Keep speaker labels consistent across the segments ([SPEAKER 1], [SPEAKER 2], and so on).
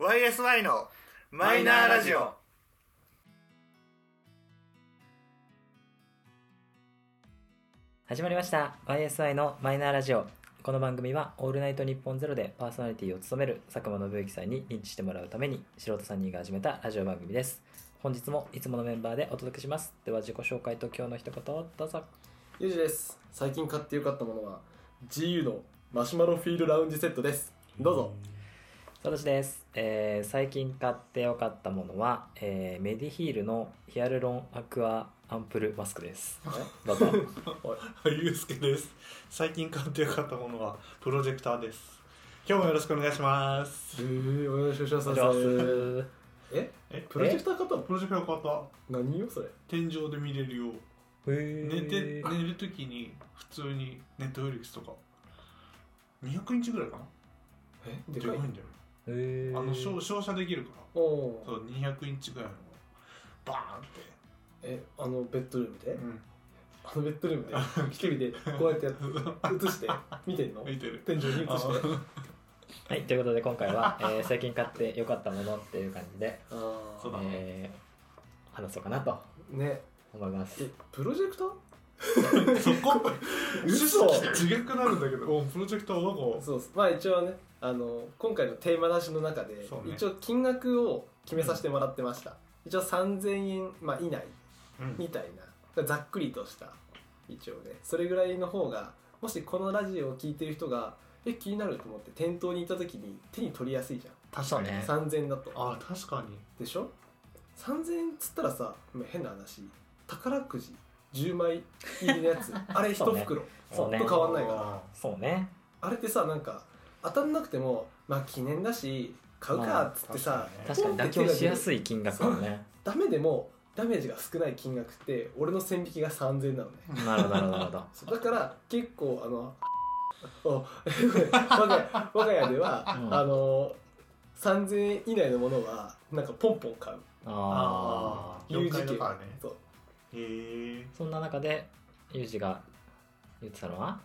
[SPEAKER 1] YSY のマイナーラジオ
[SPEAKER 2] 始まりました YSI のマイナーラジオこの番組は「オールナイトニッポンゼロでパーソナリティを務める佐久間信之さんに認知してもらうために素人3人が始めたラジオ番組です本日もいつものメンバーでお届けしますでは自己紹介と今日の一言をどうぞ
[SPEAKER 3] ゆうじです最近買ってよかったものは GU のマシュマロフィールラウンジセットですどうぞ
[SPEAKER 2] サトシです、えー最近買ってよかったものは、えーメディヒールのヒアルロンアクアアンプルマスクですどうぞ
[SPEAKER 4] ゆうすけです。最近買ってよかったものはプロジェクターです。今日もよろしくお願いします。
[SPEAKER 3] えー、お願いします
[SPEAKER 2] お願いします
[SPEAKER 3] え
[SPEAKER 4] え、
[SPEAKER 3] プロジェクター買ったの
[SPEAKER 4] プロジェクター買った。
[SPEAKER 3] 何よそれ
[SPEAKER 4] 天井で見れるよう。
[SPEAKER 2] へ
[SPEAKER 4] 寝て、
[SPEAKER 2] ー
[SPEAKER 4] 寝るときに普通にネットフリックスとか。200インチぐらいかな
[SPEAKER 3] え
[SPEAKER 4] で
[SPEAKER 3] で
[SPEAKER 4] かい
[SPEAKER 3] かい
[SPEAKER 4] んだよ。
[SPEAKER 2] へ
[SPEAKER 4] あ
[SPEAKER 2] ー
[SPEAKER 4] の、照照射できるから。
[SPEAKER 3] おお
[SPEAKER 4] そう、200インチぐらいの。バーンって。
[SPEAKER 3] えあのベッドルームで
[SPEAKER 4] うん。
[SPEAKER 3] あのベッドルームで一人でこうやってやっ 映して見てんの
[SPEAKER 4] 見てる。
[SPEAKER 3] 天井に映して
[SPEAKER 4] あ
[SPEAKER 2] はい、ということで今回は、えー最近買ってよかったものっていう感じで、
[SPEAKER 3] あー
[SPEAKER 4] そうだね
[SPEAKER 2] えー話そうかなと
[SPEAKER 3] ね
[SPEAKER 2] 思います
[SPEAKER 3] え。プロジェクター
[SPEAKER 4] そこ
[SPEAKER 3] 嘘
[SPEAKER 4] 自虐になるんだけど、おプロジェクターなんか
[SPEAKER 3] そうっすまあ一応ねあの今回のテーマ出しの中で、
[SPEAKER 4] そうね
[SPEAKER 3] 一応金額を決めさせてもらってました、一応3000円、まあ、以内
[SPEAKER 4] うん
[SPEAKER 3] みたいなざっくりとした一応ねそれぐらいの方がもしこのラジオを聞いてる人がえ気になると思って店頭に行った時に手に取りやすいじゃ
[SPEAKER 4] 確
[SPEAKER 2] そ
[SPEAKER 4] か
[SPEAKER 2] う
[SPEAKER 4] に。
[SPEAKER 2] ね
[SPEAKER 3] ん。3000円だと
[SPEAKER 4] あ、確かに。
[SPEAKER 3] でしょ3000円っつったらさまあ変な話宝くじ10枚入りのやつあれ1
[SPEAKER 2] そうね
[SPEAKER 3] 袋、
[SPEAKER 2] そうね
[SPEAKER 3] と。変わんないから
[SPEAKER 2] そうね。
[SPEAKER 3] あれってさなんか当たんなくてもまあ記念だし買う
[SPEAKER 2] まあ
[SPEAKER 3] かっつってさ、
[SPEAKER 2] 確かに妥協しやす
[SPEAKER 3] い
[SPEAKER 2] い金額だ ね。
[SPEAKER 3] ダメでもダメージが少ない金額って俺の線引きが3000円なのね
[SPEAKER 2] なるほど、なるほど なるほど。
[SPEAKER 3] そうだから結構あの お 我が家我が家では、
[SPEAKER 2] うん
[SPEAKER 3] あの3000円以内のものはなんかポンポン買う
[SPEAKER 2] ああ。
[SPEAKER 3] ー
[SPEAKER 4] 4階だからね
[SPEAKER 3] そう
[SPEAKER 4] へえ
[SPEAKER 2] そんな中で、ユージが言ってたのは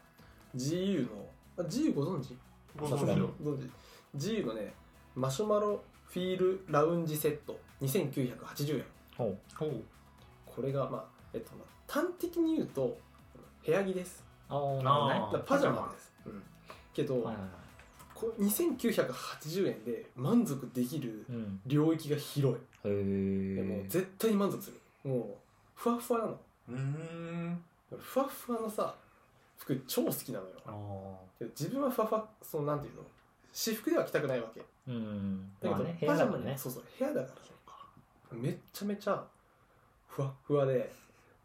[SPEAKER 3] GU のあ GU ご存知
[SPEAKER 4] ご
[SPEAKER 2] さすがに
[SPEAKER 3] ご存知 GU のねマシュマロフィールラウンジセット2980円
[SPEAKER 2] ほう。
[SPEAKER 4] ほう
[SPEAKER 3] これがまあえっとまあ端的に言うと部屋着です
[SPEAKER 2] あーなるほどね
[SPEAKER 4] あ
[SPEAKER 3] だからパジャマです、うん、けど、
[SPEAKER 2] はいはいは
[SPEAKER 3] こう2980円で満足できる
[SPEAKER 2] い。うん。
[SPEAKER 3] 領域が広い
[SPEAKER 2] へ
[SPEAKER 3] でもう
[SPEAKER 2] え。
[SPEAKER 3] 絶対に満足するもうふわふわなの
[SPEAKER 4] うーん
[SPEAKER 3] ふわふわのさ服超好きなのよ
[SPEAKER 4] あ
[SPEAKER 3] けど自分はふわふわそのなんていうの私服では着たくないわけだ
[SPEAKER 2] うん。
[SPEAKER 3] けど、
[SPEAKER 2] まあね、部
[SPEAKER 3] パ
[SPEAKER 2] 屋
[SPEAKER 3] ジ
[SPEAKER 2] だ
[SPEAKER 3] ャ
[SPEAKER 2] も
[SPEAKER 3] マ
[SPEAKER 2] ん
[SPEAKER 3] ね
[SPEAKER 2] ね。
[SPEAKER 3] そうそう部屋だからめっちゃめちゃふわふわで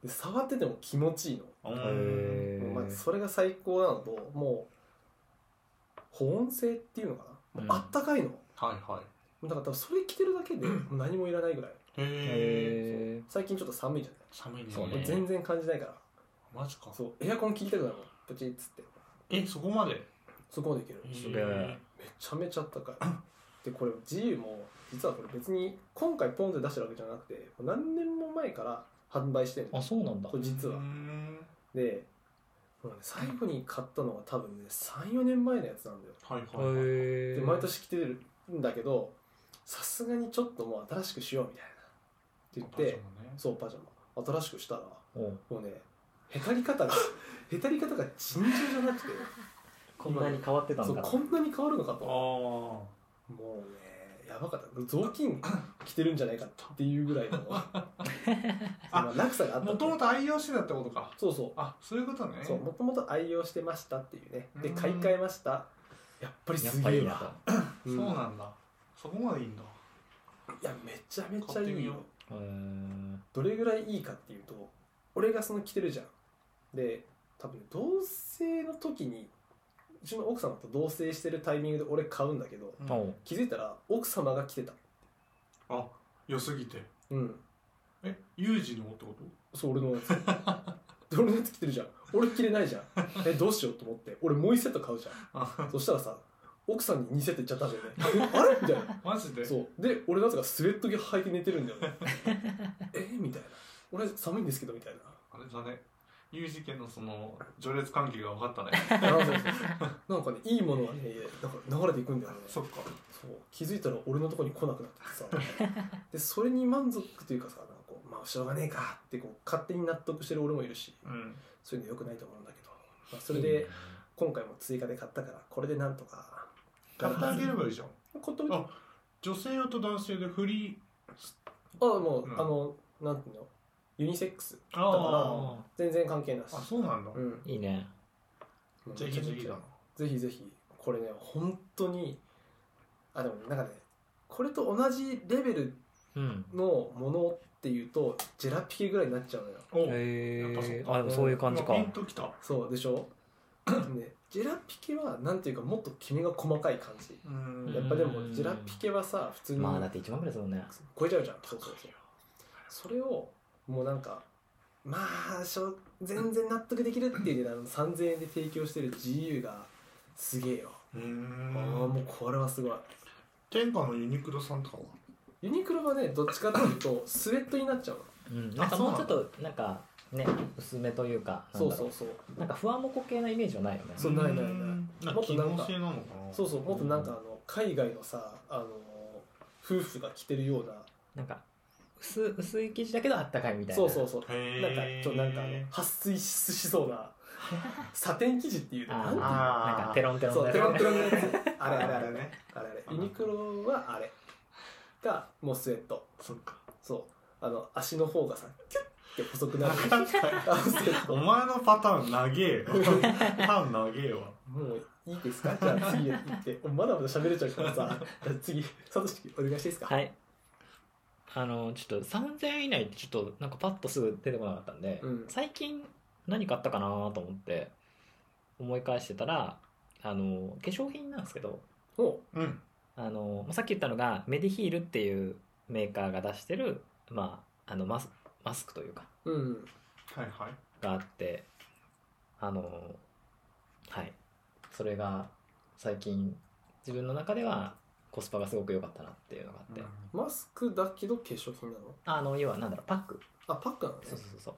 [SPEAKER 3] で触ってても気持ちいいの、
[SPEAKER 4] あ
[SPEAKER 2] へ
[SPEAKER 3] もうまず
[SPEAKER 2] ー
[SPEAKER 3] それが最高なのともう保温性っていうのかな、もう
[SPEAKER 2] うん
[SPEAKER 3] あったかいのも
[SPEAKER 4] はいは
[SPEAKER 3] うだから多分それ着てるだけでもう何もいらないぐらい
[SPEAKER 4] いへえ
[SPEAKER 2] へ
[SPEAKER 3] 最近ちょっと寒いじゃ
[SPEAKER 4] 寒いね
[SPEAKER 2] そう
[SPEAKER 3] ない、も
[SPEAKER 2] ね
[SPEAKER 3] う全然感じないから
[SPEAKER 4] マジか
[SPEAKER 3] そうエアコン切りたくなるもんプチッつって
[SPEAKER 4] えそこまで
[SPEAKER 3] そこまでいけるめ
[SPEAKER 2] すげえ
[SPEAKER 3] ちゃめちゃあったかいでこれ GU も実はこれ別に今回ポンで出してるわけじゃなくてもう何年も前から販売してる
[SPEAKER 2] ーあ、
[SPEAKER 3] の
[SPEAKER 2] そうなんだ
[SPEAKER 3] こ。れ実は
[SPEAKER 4] うーん
[SPEAKER 3] でもうね最後に買ったのは多分ね34年前のやつなんだよ
[SPEAKER 4] はい
[SPEAKER 2] へ
[SPEAKER 4] はいはい
[SPEAKER 2] ー
[SPEAKER 3] で毎年着てるんだけどさすがにちょっともう新しくしようみたいなって言ってそうパジャマ新しくしたら
[SPEAKER 2] おう
[SPEAKER 3] もうねへたり方が へたり方が尋常じゃなくて
[SPEAKER 2] こんなに変わってた
[SPEAKER 3] そ
[SPEAKER 2] ん
[SPEAKER 3] う
[SPEAKER 2] だ。
[SPEAKER 3] こんなに変わるのかと
[SPEAKER 4] ああ
[SPEAKER 3] もうねやばかった雑巾着てるんじゃないかっていうぐらいのあ落差があった
[SPEAKER 4] もともと愛用してたってことか
[SPEAKER 3] そうそう
[SPEAKER 4] あそういうことね
[SPEAKER 3] そうもともと愛用してましたっていうねで
[SPEAKER 4] うん
[SPEAKER 3] 買い替えましたやっぱり
[SPEAKER 2] やっ
[SPEAKER 3] す
[SPEAKER 2] ぱ
[SPEAKER 3] げ
[SPEAKER 2] りいい
[SPEAKER 3] え
[SPEAKER 2] な
[SPEAKER 3] わ
[SPEAKER 4] そ
[SPEAKER 3] うん
[SPEAKER 4] うなんだそこまでいいんだ
[SPEAKER 3] いやめちゃめちゃ
[SPEAKER 4] 買って
[SPEAKER 3] いい
[SPEAKER 4] みよ
[SPEAKER 3] よ
[SPEAKER 4] う
[SPEAKER 2] と。へー
[SPEAKER 3] どれぐらいいいかっていうと俺がその着てるじゃんで多分同棲の時にうちの奥様と同棲してるタイミングで俺買うんだけど
[SPEAKER 4] うん
[SPEAKER 2] おう
[SPEAKER 3] 気づいたら奥様が着てた
[SPEAKER 4] あ良すぎて
[SPEAKER 3] うん
[SPEAKER 4] えユージのってこと
[SPEAKER 3] そう俺のやつで俺のやつ着 てるじゃん俺着れないじゃんえどうしようと思って俺もう1セット買うじゃ
[SPEAKER 4] あ
[SPEAKER 3] んそしたらさ奥さんに2セットいっちゃったんだよね えあれみたいな
[SPEAKER 4] マジで
[SPEAKER 3] そうで俺のやつがスウェット着履いて寝てるんだよねえみたいな俺寒いんですけどみたいな
[SPEAKER 4] あれだね有事件のその序列関係が分かったね
[SPEAKER 3] そうそうそうなんかねいいものがねなんか流れていくんだよね
[SPEAKER 4] そっか
[SPEAKER 3] そう気づいたら俺のとこに来なくな っててさでそれに満足というかさなんかこうまあしょうがねえかってこう勝手に納得してる俺もいるし
[SPEAKER 4] うん
[SPEAKER 3] そういうのよくないと思うんだけど、まあ、それで今回も追加で買ったからこれでなんとか
[SPEAKER 4] 買ってあげればいいじゃん
[SPEAKER 3] 買ってみてあ
[SPEAKER 4] あ女性用と男性でフリー
[SPEAKER 3] もう、
[SPEAKER 4] うん
[SPEAKER 3] あのなんていうのユニセックス
[SPEAKER 4] あ
[SPEAKER 2] あ
[SPEAKER 3] 全然関係なし
[SPEAKER 4] あそうなんだ、
[SPEAKER 3] うん
[SPEAKER 2] いいね
[SPEAKER 4] ぜひぜひだな
[SPEAKER 3] ぜひぜひこれね本当にあでもなんかねこれと同じレベル
[SPEAKER 2] うん
[SPEAKER 3] のものっていうとジェラピケぐらいになっちゃうのよ
[SPEAKER 4] お
[SPEAKER 2] へ
[SPEAKER 4] やっぱそう
[SPEAKER 2] え
[SPEAKER 4] か
[SPEAKER 2] あでもそういう感じか
[SPEAKER 4] 今ピンときた
[SPEAKER 3] そうでしょ ねジェラピケはなんていうかもっときめが細かい感じ
[SPEAKER 4] うん
[SPEAKER 3] やっぱでも
[SPEAKER 2] うん
[SPEAKER 3] ジェラピケはさ普通に
[SPEAKER 2] まあだって1万ぐらいするもんね
[SPEAKER 3] 超えちゃうじゃんそうそうそうそれをもうなんかまあしょ全然納得できるっていう値段の3000円で提供してる GU がすげえよ
[SPEAKER 4] う
[SPEAKER 3] あ
[SPEAKER 4] ん
[SPEAKER 3] あもうこれはすごい
[SPEAKER 4] 天下のユニクロさんとかは
[SPEAKER 3] ユニクロはねどっちかっていうとスウェットになっちゃうの
[SPEAKER 2] うんなんか
[SPEAKER 4] あそう
[SPEAKER 2] も
[SPEAKER 4] な
[SPEAKER 2] う
[SPEAKER 4] の
[SPEAKER 2] ちょっとなんかね薄めというかなんだろ
[SPEAKER 3] そううそうそう
[SPEAKER 2] なんかふわもこ系なイメージはないよね
[SPEAKER 3] そうないないない
[SPEAKER 4] い
[SPEAKER 3] もっと
[SPEAKER 4] 機
[SPEAKER 3] なん
[SPEAKER 4] 能
[SPEAKER 3] か
[SPEAKER 4] 性なのかな
[SPEAKER 3] そうそうもっとなんかあの海外のさあの夫婦が着てるような
[SPEAKER 2] なんか薄薄い生地だけどあったかいみたいな
[SPEAKER 3] そうそうそう
[SPEAKER 4] へ
[SPEAKER 3] なんか
[SPEAKER 4] え
[SPEAKER 3] ちょっとなんかあの撥水しそうなサテン生地っていうのなんていうの
[SPEAKER 2] あーなんかテロンテロン
[SPEAKER 3] そう
[SPEAKER 2] だ
[SPEAKER 3] テ
[SPEAKER 2] よ
[SPEAKER 3] ロ
[SPEAKER 2] ね
[SPEAKER 3] ンテロンのやつあ
[SPEAKER 4] あ
[SPEAKER 3] れ
[SPEAKER 4] れ
[SPEAKER 3] あ
[SPEAKER 4] あ
[SPEAKER 3] れ
[SPEAKER 4] れ
[SPEAKER 3] あ
[SPEAKER 4] あ
[SPEAKER 3] れ
[SPEAKER 4] れね
[SPEAKER 3] あれあれユニクロはあれがもうスウェット
[SPEAKER 4] そっか
[SPEAKER 3] そうあの足の方がさキュッて細くなる
[SPEAKER 4] 分かった
[SPEAKER 3] あのスウェット
[SPEAKER 4] お前のパターン長えよパターン長えわ
[SPEAKER 3] もういいですかじゃあ次行ってまだまだ喋れちゃうからさじゃあ次サトシ君お願いしていいですか、
[SPEAKER 2] はいあのちょっと3000円以内ってちょっとなんかパッとすぐ出てこなかったんで、
[SPEAKER 3] うん
[SPEAKER 2] 最近何買ったかなと思って思い返してたらあの化粧品なんですけど
[SPEAKER 3] お
[SPEAKER 4] うん
[SPEAKER 2] あのまあさっき言ったのがメディヒールっていうメーカーが出してる、まあ、あのマスマスクというか
[SPEAKER 3] うん
[SPEAKER 4] はいはい
[SPEAKER 2] があってあのはいそれが最近自分の中ではコスパがすごく良かったなっていうのがあって、
[SPEAKER 3] マスクだけど化粧品なの
[SPEAKER 2] あの要はなんだろうパック
[SPEAKER 3] あパックなのね
[SPEAKER 2] そうそうそうそ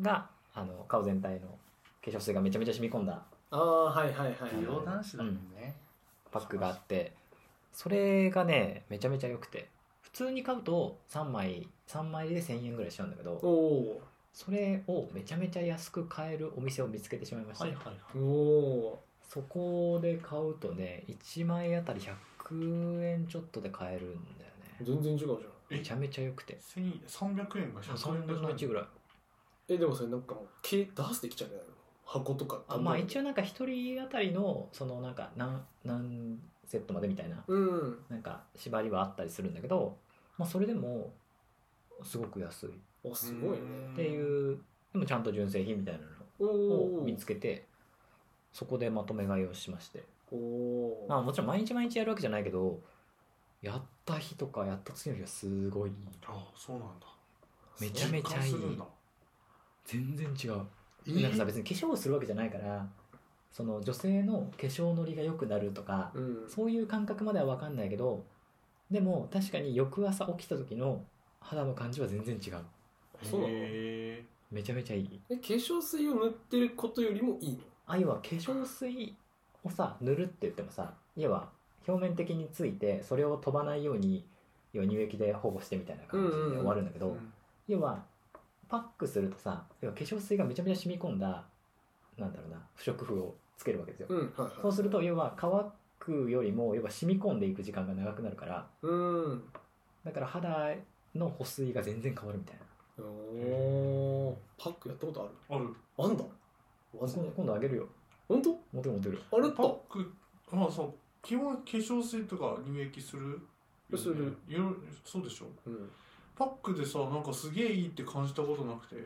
[SPEAKER 2] うがあの顔全体の化粧水がめちゃめちゃ染み込んだ
[SPEAKER 3] ああはいはいはい
[SPEAKER 2] 美容男
[SPEAKER 4] 子
[SPEAKER 2] だもん
[SPEAKER 4] ね
[SPEAKER 2] パックがあってそれがねめちゃめちゃ良くて普通に買うと3枚3枚で1000円ぐらいしちゃうんだけど
[SPEAKER 3] おお
[SPEAKER 2] それをめちゃめちゃ安く買えるお店を見つけてしまいました、
[SPEAKER 4] はいはいはい
[SPEAKER 3] ーお
[SPEAKER 2] そこで買うとね1枚あたり100円ちょっとで買えるんだよ
[SPEAKER 3] ー
[SPEAKER 2] ね
[SPEAKER 3] 全然違うじゃん
[SPEAKER 4] え
[SPEAKER 2] めちゃめちゃ良くて
[SPEAKER 4] 千300円が100
[SPEAKER 2] 3
[SPEAKER 4] 円で
[SPEAKER 2] 分の
[SPEAKER 4] 買え
[SPEAKER 2] 1
[SPEAKER 4] る
[SPEAKER 2] ぐらい
[SPEAKER 3] えでもそれなんかもうけ出してきちゃうんじゃないの箱とか
[SPEAKER 2] あまあ一
[SPEAKER 3] 応
[SPEAKER 2] 応なんか1人あたりのそのなんか何何セットまでみたいな
[SPEAKER 3] うん
[SPEAKER 2] なんか縛りはあったりするんだけど、まあ、それでもすごく安いっ
[SPEAKER 3] あすごいね
[SPEAKER 4] うん
[SPEAKER 2] ていう、でもちゃんと純正品みたいな
[SPEAKER 3] お
[SPEAKER 2] のを
[SPEAKER 3] お
[SPEAKER 2] 見つけてそこでまとめ買いをしまして
[SPEAKER 3] おお
[SPEAKER 2] まあもちろん毎日毎日やるわけじゃないけどやった日とかやった次の日はすごい
[SPEAKER 4] あそうなんだ
[SPEAKER 2] めちゃめちゃいい
[SPEAKER 4] 実感するんだ
[SPEAKER 2] 全然違う、
[SPEAKER 4] え
[SPEAKER 2] なんかさ別に化粧をするわけじゃないからその女性の化粧のりが良くなるとか、
[SPEAKER 3] うん
[SPEAKER 2] そういう感覚までは分かんないけどでも確かに翌朝起きた時の肌の感じは全然違う
[SPEAKER 3] そうなの
[SPEAKER 4] へ
[SPEAKER 2] めちゃめちゃいい
[SPEAKER 3] え化粧水を塗ってることよりもいいの
[SPEAKER 2] あ要は化粧水をさ塗るって言ってもさ要は表面的についてそれを飛ばないように要は乳液で保護してみたいな感じで終わるんだけ
[SPEAKER 4] え
[SPEAKER 2] ど、要はパックするとさ要は化粧水がめちゃめちゃ染み込んだなんだろうな不織布をつけるわけですよ、
[SPEAKER 3] うんはいはい
[SPEAKER 2] そうすると要は乾くよりも要は染み込んでいく時間が長くなるから
[SPEAKER 3] うん
[SPEAKER 2] だから肌の保水が全然変わるみたいな
[SPEAKER 3] おおパックやったことある
[SPEAKER 4] ある
[SPEAKER 3] あんだマジで
[SPEAKER 2] 今度今度あげるよ
[SPEAKER 3] 本当
[SPEAKER 2] モテるモテる
[SPEAKER 3] あれっ
[SPEAKER 4] パッ
[SPEAKER 3] と
[SPEAKER 4] クまあそう基本化粧水とか乳液するよね
[SPEAKER 3] する
[SPEAKER 4] いろいろそうでしょ
[SPEAKER 3] うん
[SPEAKER 4] パックでさなんかすげえいいって感じたことなくて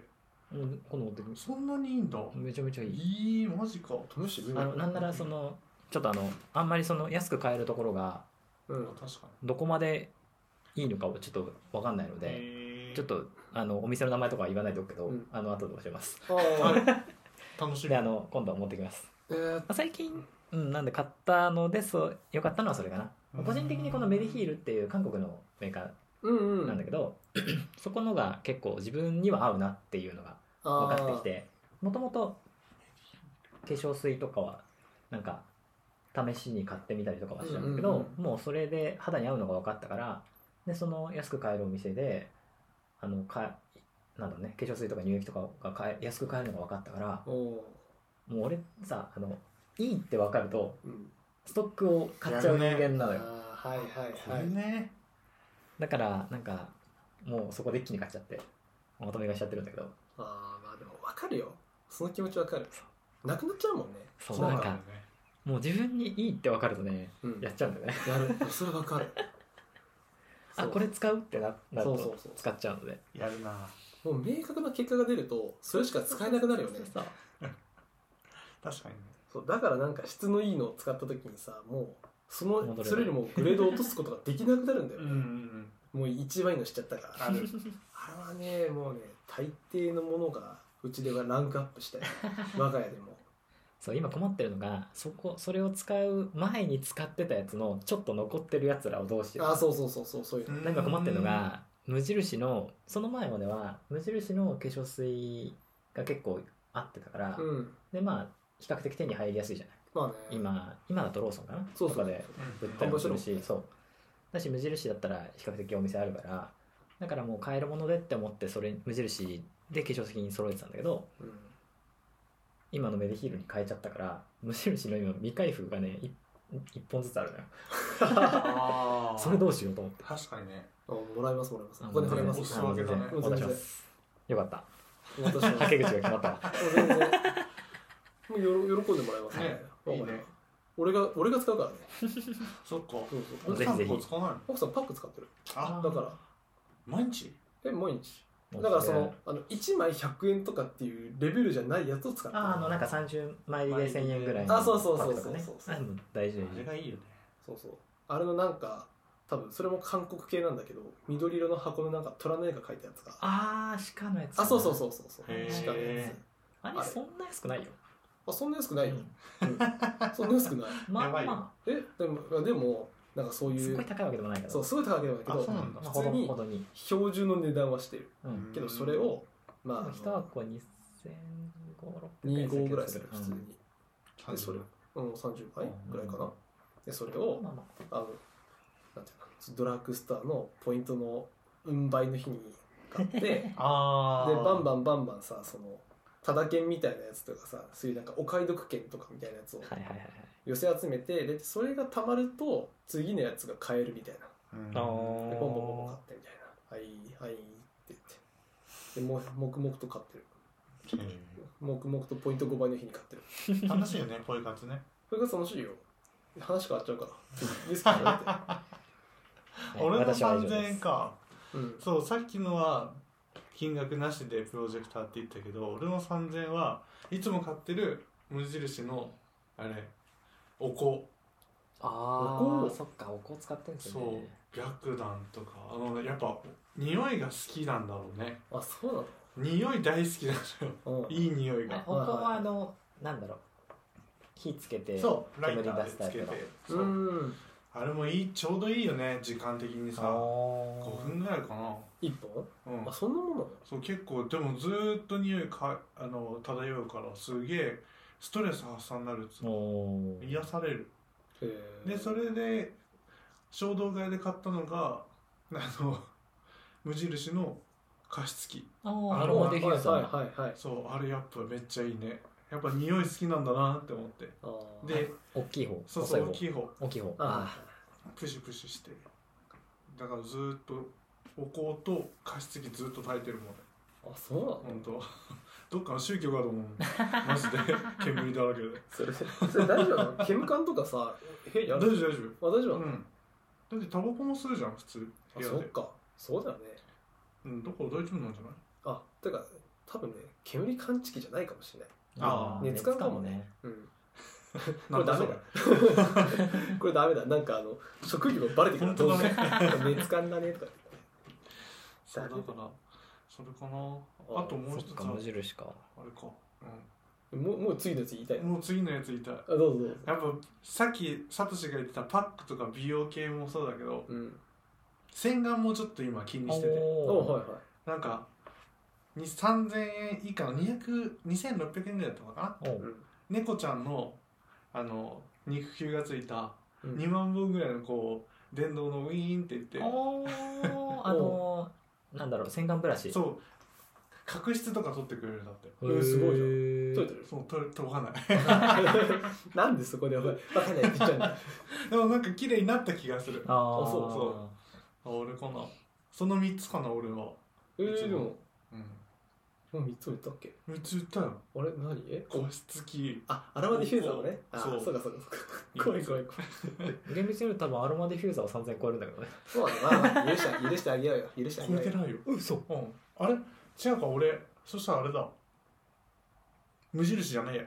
[SPEAKER 2] うん今度持ってくる
[SPEAKER 4] そんなにいいんだ
[SPEAKER 2] めちゃめちゃいい
[SPEAKER 4] いいマジか
[SPEAKER 3] 試してみ
[SPEAKER 2] あのなんならそのちょっとあのあんまりその安く買えるところが
[SPEAKER 3] うん
[SPEAKER 4] 確か
[SPEAKER 2] どこまでいいのかをちょっと分かんないの
[SPEAKER 4] に
[SPEAKER 2] で、
[SPEAKER 4] へえ
[SPEAKER 2] ちょっとあのお店の名前とかは言わないでおくけど、
[SPEAKER 3] うん
[SPEAKER 2] あの後で教えます
[SPEAKER 3] ああ
[SPEAKER 4] 楽しみ
[SPEAKER 2] であの今度は持ってきます、
[SPEAKER 3] えー
[SPEAKER 2] まあ、最近、うん、なんで買ったのでそうよかったのはそれかな
[SPEAKER 4] うん
[SPEAKER 2] 個人的にこのメディヒールっていう韓国のメーカ
[SPEAKER 3] うんう
[SPEAKER 2] ー
[SPEAKER 3] ん
[SPEAKER 2] なんだけど、そこのが結構自分には合うなっていうのが
[SPEAKER 3] あ
[SPEAKER 2] 分
[SPEAKER 3] ー
[SPEAKER 2] かってきてもともと化粧水とかはなんか試しに買ってみたりとかはしたんだけど、
[SPEAKER 3] うんうん
[SPEAKER 2] もうそれで肌に合うのが分かったからでその安く買えるお店であのかなんだろうね化粧水とか乳液とかが買え安く買えるのが分かったから
[SPEAKER 3] おお
[SPEAKER 2] もう俺さあのいいって分かると
[SPEAKER 3] ー、うん、
[SPEAKER 2] ストックを買っちゃう人間な
[SPEAKER 3] あ
[SPEAKER 2] の
[SPEAKER 3] ー
[SPEAKER 2] よ、
[SPEAKER 3] はい
[SPEAKER 4] こ
[SPEAKER 3] はいは
[SPEAKER 4] れ
[SPEAKER 3] い
[SPEAKER 4] ね
[SPEAKER 2] だからなんかもうそこで一気に買っちゃってまとめ買いしちゃってるんだけど
[SPEAKER 3] あーまあでも分かるよその気持ち分かるなくなっちゃうもんね
[SPEAKER 2] そう
[SPEAKER 4] な
[SPEAKER 2] なんん
[SPEAKER 4] だよ
[SPEAKER 2] か
[SPEAKER 4] ね
[SPEAKER 2] もう自分にいいって分かるとね
[SPEAKER 3] うん
[SPEAKER 2] やっちゃうんだよね
[SPEAKER 3] やるそれ分かる
[SPEAKER 2] あ
[SPEAKER 3] そう
[SPEAKER 2] これ使うってななる
[SPEAKER 3] そう
[SPEAKER 2] と
[SPEAKER 3] そうそう
[SPEAKER 2] 使っちゃうので
[SPEAKER 4] やるな
[SPEAKER 3] もう明確な結果が出るとそれしか使えなくなるよね
[SPEAKER 2] そう
[SPEAKER 4] 確かにね
[SPEAKER 3] そうだからなんか質のいいのを使った時にさもうその
[SPEAKER 2] 戻れない
[SPEAKER 3] それよりもグレードを落とすことができなくなるんだよ
[SPEAKER 4] う
[SPEAKER 3] ね
[SPEAKER 4] ん、うん
[SPEAKER 3] もう一番いいのしちゃったか ら
[SPEAKER 4] ある
[SPEAKER 3] あれはねもうね大抵のものがうちではランクアップしたよ我が家で も
[SPEAKER 2] そう今困ってるのがそこそれを使う前に使ってたやつのちょっと残ってるやつらをどうしよう
[SPEAKER 3] あそうそうそうそうそういうの、
[SPEAKER 4] う
[SPEAKER 2] なんか困ってるのが無印のその前までは無印の化粧水が結構合ってたから、
[SPEAKER 3] うん、
[SPEAKER 2] でまあ比較的手に入りやすいじゃない
[SPEAKER 3] まあね
[SPEAKER 2] 今今だとローソンかな
[SPEAKER 3] そうそ
[SPEAKER 2] と
[SPEAKER 3] う
[SPEAKER 2] かで
[SPEAKER 4] う
[SPEAKER 2] 売っ
[SPEAKER 4] ん
[SPEAKER 2] たりもする
[SPEAKER 3] 販売してるも
[SPEAKER 2] し
[SPEAKER 3] んね
[SPEAKER 2] そうだし無印だったら比較的お店あるからだからもう買えるものでって思ってそれ無印で化粧品揃えてたんだけど
[SPEAKER 3] うん
[SPEAKER 2] 今のメデヒールに変えちゃったから無印の今未開封がね1本ずつあるのよ
[SPEAKER 4] あ ー
[SPEAKER 2] それどうしようと思って
[SPEAKER 4] 確かにね
[SPEAKER 3] あもらいますもらいます
[SPEAKER 2] あ
[SPEAKER 3] お金払いま
[SPEAKER 4] お
[SPEAKER 3] す
[SPEAKER 4] す分けだね
[SPEAKER 2] あ全然お渡ししますよかった
[SPEAKER 3] 私は
[SPEAKER 2] 掛け口が決まったわ
[SPEAKER 3] 全然もうよろ喜んでもらいます
[SPEAKER 4] ねいいね
[SPEAKER 3] 俺が俺が使うからね
[SPEAKER 4] そっか
[SPEAKER 3] そうそう
[SPEAKER 2] ぜひぜひ
[SPEAKER 4] 奥さんの方使わないの
[SPEAKER 3] 奥さんパック使ってる
[SPEAKER 4] あ
[SPEAKER 3] だから
[SPEAKER 4] 毎日
[SPEAKER 3] え毎日 だからそのあの1枚100円とかっていうレベルじゃないやつを使ってる
[SPEAKER 2] ああのなんか30枚入りで1000円ぐらいの
[SPEAKER 3] あそうそうそうそう
[SPEAKER 2] パックとかね
[SPEAKER 3] そうそう
[SPEAKER 2] あでも大事
[SPEAKER 4] あれがいいよね
[SPEAKER 3] そうそうあれのなんか多分それも韓国系なんだけど緑色の箱のなんか虎の絵が描いたやつが
[SPEAKER 2] ああ鹿のやつ
[SPEAKER 3] あそうそうそうそうそう
[SPEAKER 4] へー
[SPEAKER 3] 鹿のやつ
[SPEAKER 2] あれそんな安くないよ
[SPEAKER 3] あそんな安くないよ、うんそんな安くない
[SPEAKER 2] まあ
[SPEAKER 4] やばいよ
[SPEAKER 2] まあ
[SPEAKER 3] えでもでもなんかそう
[SPEAKER 2] す
[SPEAKER 3] い
[SPEAKER 2] っ
[SPEAKER 3] う
[SPEAKER 2] ごい高いわけでもないから
[SPEAKER 3] そうすごい高いわけないけ
[SPEAKER 4] あそう
[SPEAKER 3] ど
[SPEAKER 4] なんだ
[SPEAKER 2] まあ
[SPEAKER 3] 普通
[SPEAKER 2] ほ
[SPEAKER 3] に
[SPEAKER 2] どほどに
[SPEAKER 3] 標準の値段はしてる
[SPEAKER 2] うん
[SPEAKER 3] けどそれをまあ
[SPEAKER 2] まあ
[SPEAKER 3] あ
[SPEAKER 2] 一箱2000 5
[SPEAKER 3] 2 5ぐらいする普通に、
[SPEAKER 4] 30
[SPEAKER 3] それうん、30倍ぐらいか
[SPEAKER 2] う
[SPEAKER 3] なんでそれを
[SPEAKER 2] まあま
[SPEAKER 3] あのなんていうのドラッグストアのポイントの運売の日に買ってで
[SPEAKER 4] あー
[SPEAKER 3] バンバンバンバンさそのタダ券みたいなやつとかさそういうなんかお買い得券とかみたいなやつを
[SPEAKER 2] あはいはいはいはい
[SPEAKER 3] 寄せ集めてでそれがたまると次のやつが買えるみたいな
[SPEAKER 4] うん
[SPEAKER 2] あ
[SPEAKER 3] で
[SPEAKER 2] ー
[SPEAKER 3] ボンボンボンボン買ってみたいなはいはいって言ってでもう黙々と買ってる
[SPEAKER 4] うん
[SPEAKER 3] 黙々とポイント5倍の日に買ってる
[SPEAKER 4] 楽しいよねポイ活ね
[SPEAKER 3] それが楽しいよ話変わっちゃうからリスクじゃな
[SPEAKER 2] はい
[SPEAKER 4] 俺の
[SPEAKER 2] 私は以上
[SPEAKER 4] 3000
[SPEAKER 2] で
[SPEAKER 4] 円
[SPEAKER 2] す
[SPEAKER 4] か
[SPEAKER 3] いで うん
[SPEAKER 4] そうさっきのは金額なしでプロジェクターって言ったけど俺の3000円はいつも買ってる無印のあれおこ
[SPEAKER 2] あ
[SPEAKER 3] お
[SPEAKER 2] あ
[SPEAKER 3] 香
[SPEAKER 2] そっかお香使ってるんですよ
[SPEAKER 4] そ
[SPEAKER 2] ね
[SPEAKER 4] う白檀とかあのねやっぱ匂いが好きなんだろうね
[SPEAKER 3] あそうなの
[SPEAKER 4] 匂い大好きな んだよ
[SPEAKER 3] うん
[SPEAKER 4] いい匂い
[SPEAKER 2] あ
[SPEAKER 4] が
[SPEAKER 2] お香はあのなんだろう火つけて
[SPEAKER 4] そうライ
[SPEAKER 2] 煙
[SPEAKER 4] ター
[SPEAKER 2] 出
[SPEAKER 4] です
[SPEAKER 2] タ
[SPEAKER 4] つ
[SPEAKER 2] イプ
[SPEAKER 4] け
[SPEAKER 2] の
[SPEAKER 4] てそううんあれもいいちょうどいいよね時間的に
[SPEAKER 2] あ
[SPEAKER 4] さ5
[SPEAKER 2] ー
[SPEAKER 4] 分ぐらいかな
[SPEAKER 3] 一本
[SPEAKER 4] うん
[SPEAKER 3] あそんなものなの
[SPEAKER 4] そう結構でもずーっと匂いかあの漂うからすげえストレス発散になるっつうの
[SPEAKER 2] おー
[SPEAKER 4] 癒される
[SPEAKER 3] へー
[SPEAKER 4] でそれで衝動買いで買ったのがあの無印の加湿器
[SPEAKER 2] あ
[SPEAKER 4] あ
[SPEAKER 2] ーア
[SPEAKER 4] れ
[SPEAKER 2] ロ
[SPEAKER 4] も
[SPEAKER 2] マできる
[SPEAKER 3] はい
[SPEAKER 2] さ
[SPEAKER 3] はいはいはい
[SPEAKER 4] そうあれやっぱめっちゃいいねやっぱ匂い好きなんだなって思って
[SPEAKER 3] あー
[SPEAKER 4] で
[SPEAKER 2] 大きい方
[SPEAKER 4] そうそう大
[SPEAKER 2] 細い
[SPEAKER 4] きい方
[SPEAKER 2] 方大きい方
[SPEAKER 3] あ
[SPEAKER 4] プシュプシュしてだからずーっとお香と加湿器ずっと炊いてるもんね
[SPEAKER 3] ーあそうなの
[SPEAKER 4] ほんと どっかの宗教かと思うマジで煙だらけで
[SPEAKER 3] それ それ大丈夫なの煙缶とかさ部屋にあ
[SPEAKER 4] 大丈
[SPEAKER 3] る
[SPEAKER 4] 夫大
[SPEAKER 3] あ大丈夫
[SPEAKER 4] 丈夫
[SPEAKER 3] な
[SPEAKER 4] う
[SPEAKER 3] の
[SPEAKER 4] んだってタバコも吸うじゃん普通
[SPEAKER 3] あ
[SPEAKER 4] 部屋
[SPEAKER 3] そっ
[SPEAKER 4] で
[SPEAKER 3] かそうだよね
[SPEAKER 4] うんだから大丈夫なんじゃない
[SPEAKER 3] あてか多分ね煙感知器じゃないかもしれない
[SPEAKER 4] あー
[SPEAKER 3] 熱感かも
[SPEAKER 2] ね
[SPEAKER 3] うんこ
[SPEAKER 4] な
[SPEAKER 3] れ
[SPEAKER 4] んだ
[SPEAKER 3] ダ
[SPEAKER 4] そ
[SPEAKER 3] メ
[SPEAKER 4] れ
[SPEAKER 3] だ これダメだなんかあの職業がバレてくる
[SPEAKER 4] 本当だね
[SPEAKER 3] ね熱感だねとか言って
[SPEAKER 4] そうだからそれかなあともう一
[SPEAKER 2] そっ
[SPEAKER 4] つ
[SPEAKER 2] か
[SPEAKER 4] あ
[SPEAKER 2] 無印か
[SPEAKER 4] れか、
[SPEAKER 3] もうもう次のやつ言いたい
[SPEAKER 4] うん、もう次のやつ言いたい
[SPEAKER 3] あどうぞどうぞ
[SPEAKER 4] やっぱさっきサトシが言ってたパックとか美容系もそうだけど
[SPEAKER 3] うん
[SPEAKER 4] 洗顔もちょっと今気にしてて
[SPEAKER 3] お
[SPEAKER 2] おー
[SPEAKER 3] はいはい
[SPEAKER 4] なんかに3000円以下の200 2600円ぐらいだったのかな
[SPEAKER 2] おう
[SPEAKER 4] 猫ちゃんのあの肉球がついた
[SPEAKER 3] うん
[SPEAKER 4] 2万本ぐらいのこう電動のウィーンっていって
[SPEAKER 2] おーあのー、なんだろう洗顔ブラシ
[SPEAKER 4] そう角質とか取ってくれるんだって
[SPEAKER 2] へ
[SPEAKER 3] うんすごいじゃん
[SPEAKER 2] ー
[SPEAKER 3] 取れて る
[SPEAKER 4] そう取れ取らない
[SPEAKER 3] なんでそこで分かんないって言っちゃうんだ
[SPEAKER 4] でもなんか綺麗になった気がするあ
[SPEAKER 2] ああ
[SPEAKER 3] あそう
[SPEAKER 4] そ俺かなその3つかな俺は
[SPEAKER 3] えー、でもも
[SPEAKER 4] う
[SPEAKER 3] う3つも言ったっけ
[SPEAKER 4] ん3つ言ったよ
[SPEAKER 3] あれ何え
[SPEAKER 4] 個室付き
[SPEAKER 3] あアラマディフューザーもねあ
[SPEAKER 4] そ
[SPEAKER 3] そううそうかそうかそうか怖い怖い怖い
[SPEAKER 2] 厳密に言うと多分アロマディフューザーは3000超えるんだけど ね
[SPEAKER 3] そうだねまあまあ許して許してあげようよ許してあげ
[SPEAKER 4] 超
[SPEAKER 3] よう
[SPEAKER 4] えて
[SPEAKER 3] よ
[SPEAKER 4] ないよ
[SPEAKER 2] うそ
[SPEAKER 4] うんあれ違うか俺そしたらあれだ無印じゃねえや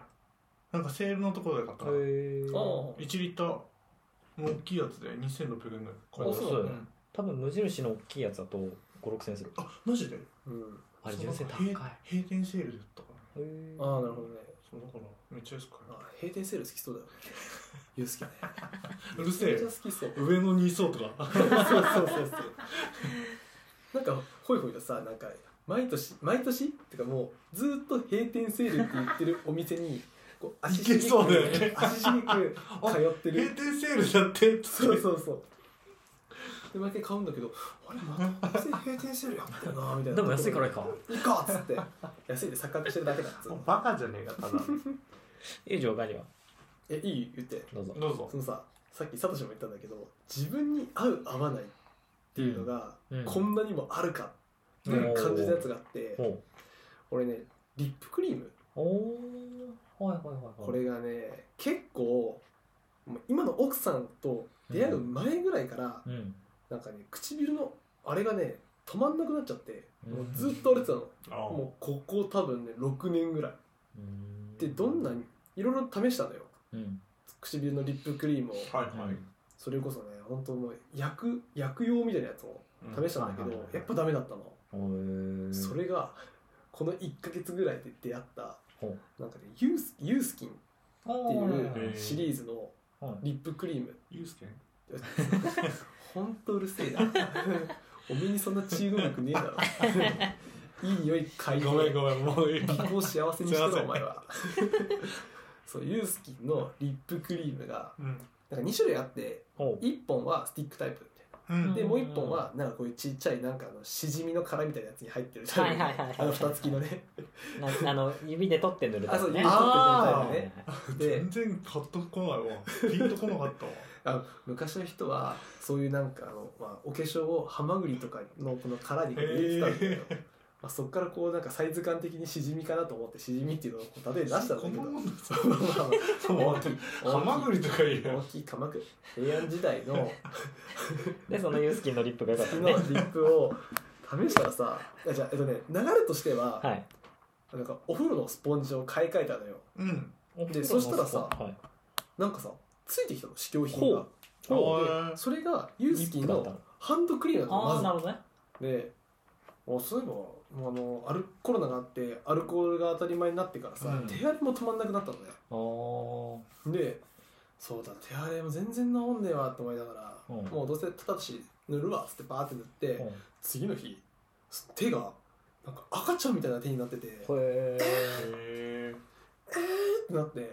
[SPEAKER 4] なんかセールのところで買ったな
[SPEAKER 2] へえ
[SPEAKER 3] ああ
[SPEAKER 4] 1リッターの大きいやつで2600円ぐらい買
[SPEAKER 2] あ
[SPEAKER 4] えた
[SPEAKER 2] そうだ
[SPEAKER 4] う
[SPEAKER 2] ね
[SPEAKER 4] ん
[SPEAKER 2] 多分無印の大きいやつだと56000する
[SPEAKER 4] あマジで
[SPEAKER 3] うん
[SPEAKER 2] あれ
[SPEAKER 4] そう
[SPEAKER 2] 純正
[SPEAKER 4] なんか
[SPEAKER 2] 高いへ
[SPEAKER 4] 閉閉店セールだったから
[SPEAKER 2] え
[SPEAKER 3] ああなるほどね
[SPEAKER 4] そうだからめっちゃ安く買
[SPEAKER 3] あ閉店セール好きそうだよねゆうすけね
[SPEAKER 4] えたうるせ
[SPEAKER 3] めっちゃ
[SPEAKER 4] え
[SPEAKER 3] 好きそう
[SPEAKER 4] 上の2層 とか
[SPEAKER 3] そうそうそうそうなんかホイホイがさなんか毎年毎年ってかもうずーっと閉店セールって言ってるお店にこう足しげ
[SPEAKER 4] いけ
[SPEAKER 3] く
[SPEAKER 4] そうだよね
[SPEAKER 3] 足しげく通って
[SPEAKER 4] 閉
[SPEAKER 3] る
[SPEAKER 4] 店セールだって
[SPEAKER 3] そうそうそうで毎回買うんだけどあれまた店閉店セールやってるなみたいな
[SPEAKER 2] でも安いからいいか
[SPEAKER 3] いいかっつって安いで錯覚してるだけだっつって
[SPEAKER 4] バカじゃねえかただ
[SPEAKER 2] いい状態には
[SPEAKER 3] えいい言って
[SPEAKER 2] どうぞ
[SPEAKER 4] どうぞ
[SPEAKER 3] そのささっきサトシも言ったんだけど自分に合う合わないっていうのが、
[SPEAKER 2] うん
[SPEAKER 3] こんなにもあるかっていう感じのやつがあって、
[SPEAKER 2] おう
[SPEAKER 3] 俺ねリップクリーム
[SPEAKER 2] おーはいはいはいはい
[SPEAKER 3] これがね結構もう今の奥さんと出会う前ぐらいから、
[SPEAKER 2] うん
[SPEAKER 3] なんかね唇のあれがね止まんなくなっちゃってもううんずっと荒れてたの、
[SPEAKER 4] あ
[SPEAKER 3] もうここ多分ね6年ぐらいう
[SPEAKER 2] ーん
[SPEAKER 3] でどんなにいろいろ試したのよ
[SPEAKER 2] うん
[SPEAKER 3] 唇のリップクリームを
[SPEAKER 4] はい
[SPEAKER 3] それこそね本当もう薬薬用みたいなやつを試したんだけど、
[SPEAKER 2] はいはいはい
[SPEAKER 3] やっぱダメだったの、
[SPEAKER 2] へー
[SPEAKER 3] それがこの1か月ぐらいで出会った
[SPEAKER 2] ほう
[SPEAKER 3] なんかねユースユースキンっ
[SPEAKER 2] って
[SPEAKER 4] へ
[SPEAKER 3] い
[SPEAKER 4] ー
[SPEAKER 3] うシリーズの
[SPEAKER 2] はい
[SPEAKER 3] リップクリ ーム
[SPEAKER 4] ユースケン
[SPEAKER 3] ほんとうるせえなおめえにそんなチーム力ねえだ ろいい匂い嗅い
[SPEAKER 4] ごめ
[SPEAKER 3] で
[SPEAKER 4] んごめんもういい
[SPEAKER 3] 鼻孔幸せにして
[SPEAKER 4] すいませ
[SPEAKER 3] ろ
[SPEAKER 4] ん
[SPEAKER 3] お前は そうユースキンのリップクリームが
[SPEAKER 4] うん
[SPEAKER 3] なんか2種類あって
[SPEAKER 2] おう
[SPEAKER 3] 1本はスティックタイプみたいな
[SPEAKER 4] うん
[SPEAKER 3] で
[SPEAKER 2] うん
[SPEAKER 3] もう一本はなんかこういうちっちゃいなんかあのしじみの殻みたいなやつに入ってる
[SPEAKER 2] はいはいはいはい
[SPEAKER 3] あの蓋付きのね
[SPEAKER 2] なあの指で取って塗る
[SPEAKER 3] あそう
[SPEAKER 2] ね
[SPEAKER 3] 指で取って塗るタイプねで
[SPEAKER 4] 全然カットこないわピンとこなかったわ
[SPEAKER 3] あの昔の人はそういうなんかあの、まあ、お化粧をハマグリとかのこの殻に入れてたんだけど、まあ、そこからこうなんかサイズ感的にしじみかなと思ってしじみっていうのをこう例えに出したんだけ
[SPEAKER 4] こんな
[SPEAKER 3] ど
[SPEAKER 4] もんだぞ
[SPEAKER 3] そうまあまあ大きい
[SPEAKER 4] ハマグリとか言え
[SPEAKER 3] 大
[SPEAKER 4] よ
[SPEAKER 3] きい鎌倉平安時代の
[SPEAKER 2] でそのユースキンのリップがよかった
[SPEAKER 3] そ
[SPEAKER 2] の
[SPEAKER 3] のリ
[SPEAKER 2] ね
[SPEAKER 3] ップを試したらさあじゃあえっとね流れとしては、
[SPEAKER 2] はい
[SPEAKER 3] なんかお風呂のスポンジを買い替えたのよ
[SPEAKER 4] うん
[SPEAKER 3] でそしたらさ
[SPEAKER 2] はい
[SPEAKER 3] なんかさついてきたの試供品が
[SPEAKER 4] ほうへ
[SPEAKER 3] で
[SPEAKER 4] ー
[SPEAKER 3] それがユースキン
[SPEAKER 2] リップだっ
[SPEAKER 3] のハンドクリームだったの
[SPEAKER 2] ああな
[SPEAKER 3] ま
[SPEAKER 2] るほどね
[SPEAKER 3] ずでもうそういえばもうあのアルコロナがあってアルコールが当たり前になってからさ、
[SPEAKER 4] うん
[SPEAKER 3] 手荒れも止まんなくなったのね
[SPEAKER 2] あー
[SPEAKER 3] でそうだ手荒れも全然治んねえわと思いながら、
[SPEAKER 2] うん
[SPEAKER 3] もうどうせただし塗るわっつってバーって塗って、
[SPEAKER 2] うん
[SPEAKER 3] 次の日手がなんか赤ちゃんみたいな手になってて、え
[SPEAKER 2] へ
[SPEAKER 4] え
[SPEAKER 3] ってなって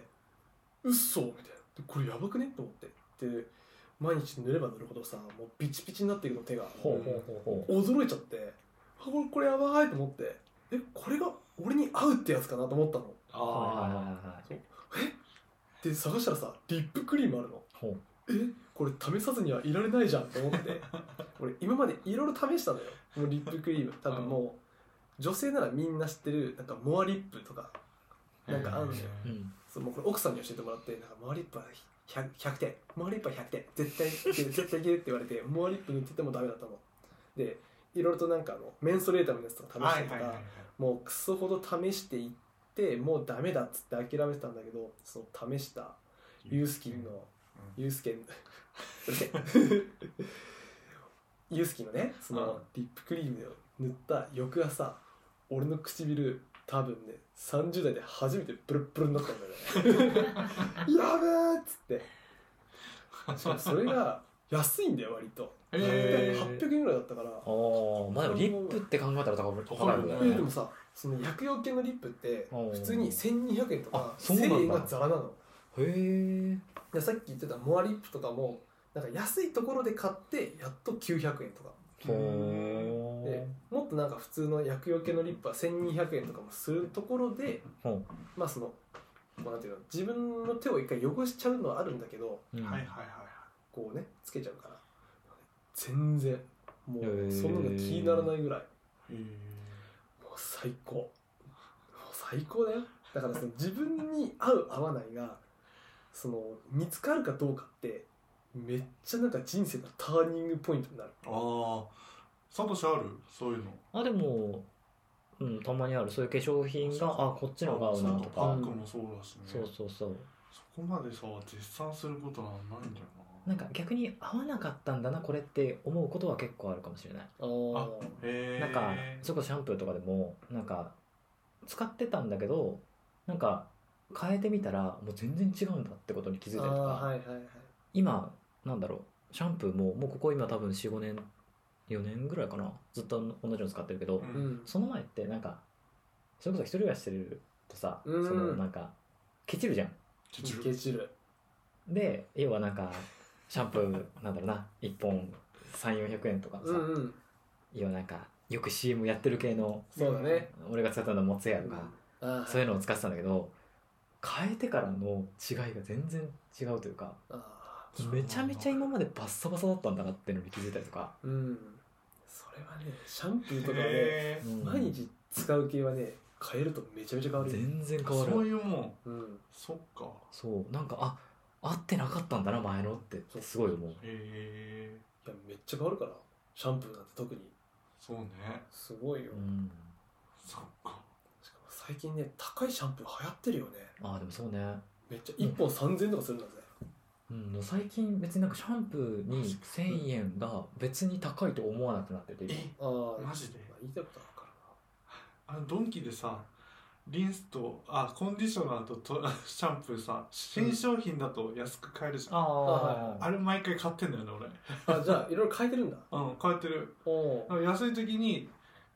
[SPEAKER 3] うっそみたいなでこれやばくねと思ってで毎日塗れば塗るほどさもうビチビチになっていくの手が
[SPEAKER 2] ほうほうほうほ
[SPEAKER 3] 驚いちゃってあこれこれやばいと思ってえこれが俺に合うってやつかなと思ったの
[SPEAKER 4] あ
[SPEAKER 2] うはいはい
[SPEAKER 4] あ
[SPEAKER 2] はいはい
[SPEAKER 3] で探したらさリップクリームあるの
[SPEAKER 2] ほう
[SPEAKER 3] えこれ試さずにはいられないじゃんと思って 俺今までいろいろ試したのよもうリップクリーム多分もう女性ならみんな知ってるなんかモアリップとかなんかあるのよ
[SPEAKER 2] うん
[SPEAKER 3] そうもうこれ奥さんに教えてもらってなんかモアリップは 100, 100点モアリップは100点絶対いけ る絶対いけるって言われてモアリップ塗っててもダメだったのでいろいろとなんかあのメンソレーターのやつとか試
[SPEAKER 4] は
[SPEAKER 3] し
[SPEAKER 4] い
[SPEAKER 3] てた
[SPEAKER 4] はい
[SPEAKER 3] ら、
[SPEAKER 4] はい
[SPEAKER 3] もうクソほど試していってもうダメだっつって諦めてたんだけどその試したユースキンの、ユースケンうるせえユースキンのねそのリップクリームを塗った翌朝俺の唇多分ね30代で初めてプルプルになったん だよねやべえっつってしかもそれが安いんだよ割と
[SPEAKER 4] へー
[SPEAKER 3] 800円ぐらいだったから
[SPEAKER 2] おーまあでもリップって考えたら高く高いよ
[SPEAKER 4] うん
[SPEAKER 3] え
[SPEAKER 2] ね
[SPEAKER 3] でもさその薬用系のリップって
[SPEAKER 2] おー
[SPEAKER 3] 普通に1200円とか
[SPEAKER 2] あそうなんだ
[SPEAKER 3] 1000円がザラなの
[SPEAKER 2] へえ
[SPEAKER 3] でさっき言ってたモアリップとかもなんか安いところで買ってやっと900円とか
[SPEAKER 2] ほ
[SPEAKER 3] でもっとなんか普通の薬用系のリップは1200円とかもするところで
[SPEAKER 2] ーほ
[SPEAKER 3] まあそのこうなんていうの自分の手を一回汚しちゃうのはあるんだけど
[SPEAKER 2] ううん
[SPEAKER 4] はいはいはい
[SPEAKER 3] こうねつけちゃうから全然も
[SPEAKER 2] へー
[SPEAKER 3] うそんなの気にならないぐらい
[SPEAKER 4] へえ
[SPEAKER 3] もう最高もう最高だよだからその自分に合う合わないがその見つかるかどうかってめっちゃなんか人生のターニングポイントになる
[SPEAKER 4] ああサトシあるそういうの
[SPEAKER 2] あでも、うん、たまにあるそういう化粧品が
[SPEAKER 4] そう
[SPEAKER 2] あこっちのが合うなと
[SPEAKER 4] バ
[SPEAKER 2] か
[SPEAKER 4] ッグもそうだしね
[SPEAKER 2] そうそうそう
[SPEAKER 4] そこまでさ絶賛することはないんだよな
[SPEAKER 2] なんか逆に合わなかったんだなこれって思うことは結構あるかもしれない
[SPEAKER 4] あへえ
[SPEAKER 2] なんかそれこそシャンプーとかでもなんか使ってたんだけどなんか変えてみたらもう全然違うんだってことに気づい
[SPEAKER 3] あ
[SPEAKER 2] たりとか、
[SPEAKER 3] ーはいはいはい
[SPEAKER 2] 今なんだろうシャンプーももうここ今多分45年4年ぐらいかなずっと同じの使ってるけど、
[SPEAKER 4] うん
[SPEAKER 3] うん
[SPEAKER 2] その前ってなんかそれこそ一人暮らししてるとさ、
[SPEAKER 3] うん
[SPEAKER 2] そのなんかケチるじゃん
[SPEAKER 4] ケチる
[SPEAKER 3] ケチる
[SPEAKER 2] で要はなんかシャンプーなんだろうな1本3400円とかさ、
[SPEAKER 3] うんうん
[SPEAKER 2] 要はなんかよく CM やってる系の
[SPEAKER 3] そうだね
[SPEAKER 2] 俺が使ってたのはモツヤとか、
[SPEAKER 3] あー
[SPEAKER 2] そういうのを使ってたんだけど変えてからの違いが全然違うというか
[SPEAKER 3] あ
[SPEAKER 2] めちゃめちゃ今までバッサバサだったんだなっていうのに気づいたりとか、
[SPEAKER 3] ーうんそれはねシャンプーとかはね
[SPEAKER 4] へー
[SPEAKER 2] うん
[SPEAKER 3] 毎日使う系はね変えるとめちゃめちゃ変わるよ
[SPEAKER 2] 全然変わ
[SPEAKER 4] そう
[SPEAKER 2] る
[SPEAKER 4] いうもん
[SPEAKER 3] うん
[SPEAKER 4] そっか
[SPEAKER 2] そうなんかあ合ってなかったんだな前のってすごい思う
[SPEAKER 4] へえ
[SPEAKER 3] いやめっちゃ変わるからシャンプーなんて特に
[SPEAKER 4] そうね
[SPEAKER 3] すごいよ、
[SPEAKER 2] うん
[SPEAKER 4] そっか
[SPEAKER 3] しかも最近ね高いシャンプー流行ってるよね
[SPEAKER 2] ああでもそうね
[SPEAKER 3] めっちゃ1本3000円とかするんだぜ、
[SPEAKER 2] うん、もう最近別になんかシャンプーに1000円が別に高いと思わなくなってて
[SPEAKER 4] え
[SPEAKER 3] ああ
[SPEAKER 4] マジで
[SPEAKER 3] まあ、言いたいことあるか
[SPEAKER 4] あのドンキでさリンスとあコンディショナーと とシャンプーさ新商品だと安く買えるじゃん、
[SPEAKER 2] あ
[SPEAKER 4] あれ毎回買ってんだよね俺
[SPEAKER 3] らなあじ ゃあいろいろ変えてるんだ
[SPEAKER 4] うん買えてる
[SPEAKER 3] おお
[SPEAKER 4] なんか安い時に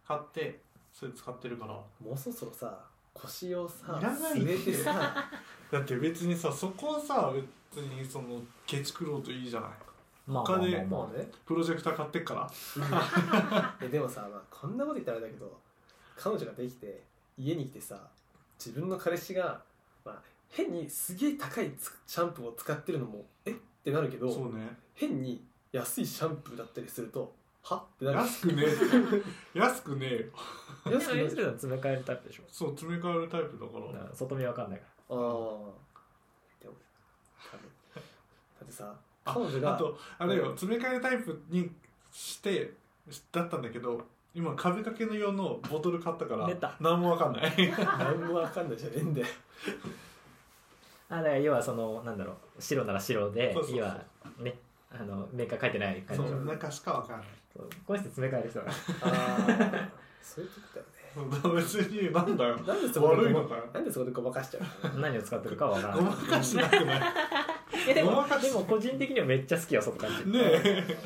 [SPEAKER 4] 買ってそれ使ってるから
[SPEAKER 3] もうそろそろさ腰をさ
[SPEAKER 4] いらない
[SPEAKER 3] 据えて さ
[SPEAKER 4] だって別にさそこをさ別にそのケチくろうといいじゃない
[SPEAKER 2] まあまあ
[SPEAKER 4] 他で
[SPEAKER 2] まあまあ
[SPEAKER 3] も うね、
[SPEAKER 4] プロジェクター買ってっから
[SPEAKER 3] えでもさ、まあ、こんなこと言ったらあれだけど彼女ができて家に来てさ自分の彼氏が、まあ、変にすげえ高いつシャンプーを使ってるのもえってなるけど
[SPEAKER 4] そうね
[SPEAKER 3] 変に安いシャンプーだったりするとはってなる
[SPEAKER 4] 安くね え安くねえよ
[SPEAKER 2] 要
[SPEAKER 3] 安
[SPEAKER 2] す
[SPEAKER 3] くなる
[SPEAKER 2] るに詰め替えるタイプでしょ
[SPEAKER 4] そう詰め替えるタイプだから
[SPEAKER 2] だから外見わかんないか
[SPEAKER 3] ああでも多分だってさ
[SPEAKER 4] あ
[SPEAKER 3] 彼女が
[SPEAKER 4] あとあれよ、
[SPEAKER 3] うん
[SPEAKER 4] 詰め替えタイプにしてだったんだけど今壁掛けの用のボトル買ったから
[SPEAKER 2] 出た
[SPEAKER 4] 何もわかんない
[SPEAKER 3] 何もわかんないじゃねえんだよ
[SPEAKER 2] らあだから要はそのなんだろう白なら白で
[SPEAKER 4] そうそうそう
[SPEAKER 2] 要はねあのメーカー書いてない感じ
[SPEAKER 4] そ
[SPEAKER 2] でしょ
[SPEAKER 4] う中しかわかんない
[SPEAKER 2] そうこの人詰め替える人が
[SPEAKER 3] ああそういうとこだよね
[SPEAKER 4] そう別になんだよ
[SPEAKER 3] なんでそこで
[SPEAKER 4] 悪い
[SPEAKER 3] ご
[SPEAKER 4] の
[SPEAKER 3] ま
[SPEAKER 4] かよ
[SPEAKER 3] なんでそこでごまかしちゃうの
[SPEAKER 2] 何を使ってるかは分からな
[SPEAKER 4] ご
[SPEAKER 2] い
[SPEAKER 4] まかしなくない
[SPEAKER 2] いやで
[SPEAKER 4] ご
[SPEAKER 2] も
[SPEAKER 4] まかし
[SPEAKER 2] でも個人的にはめっちゃ好きよその感じ
[SPEAKER 4] ねえ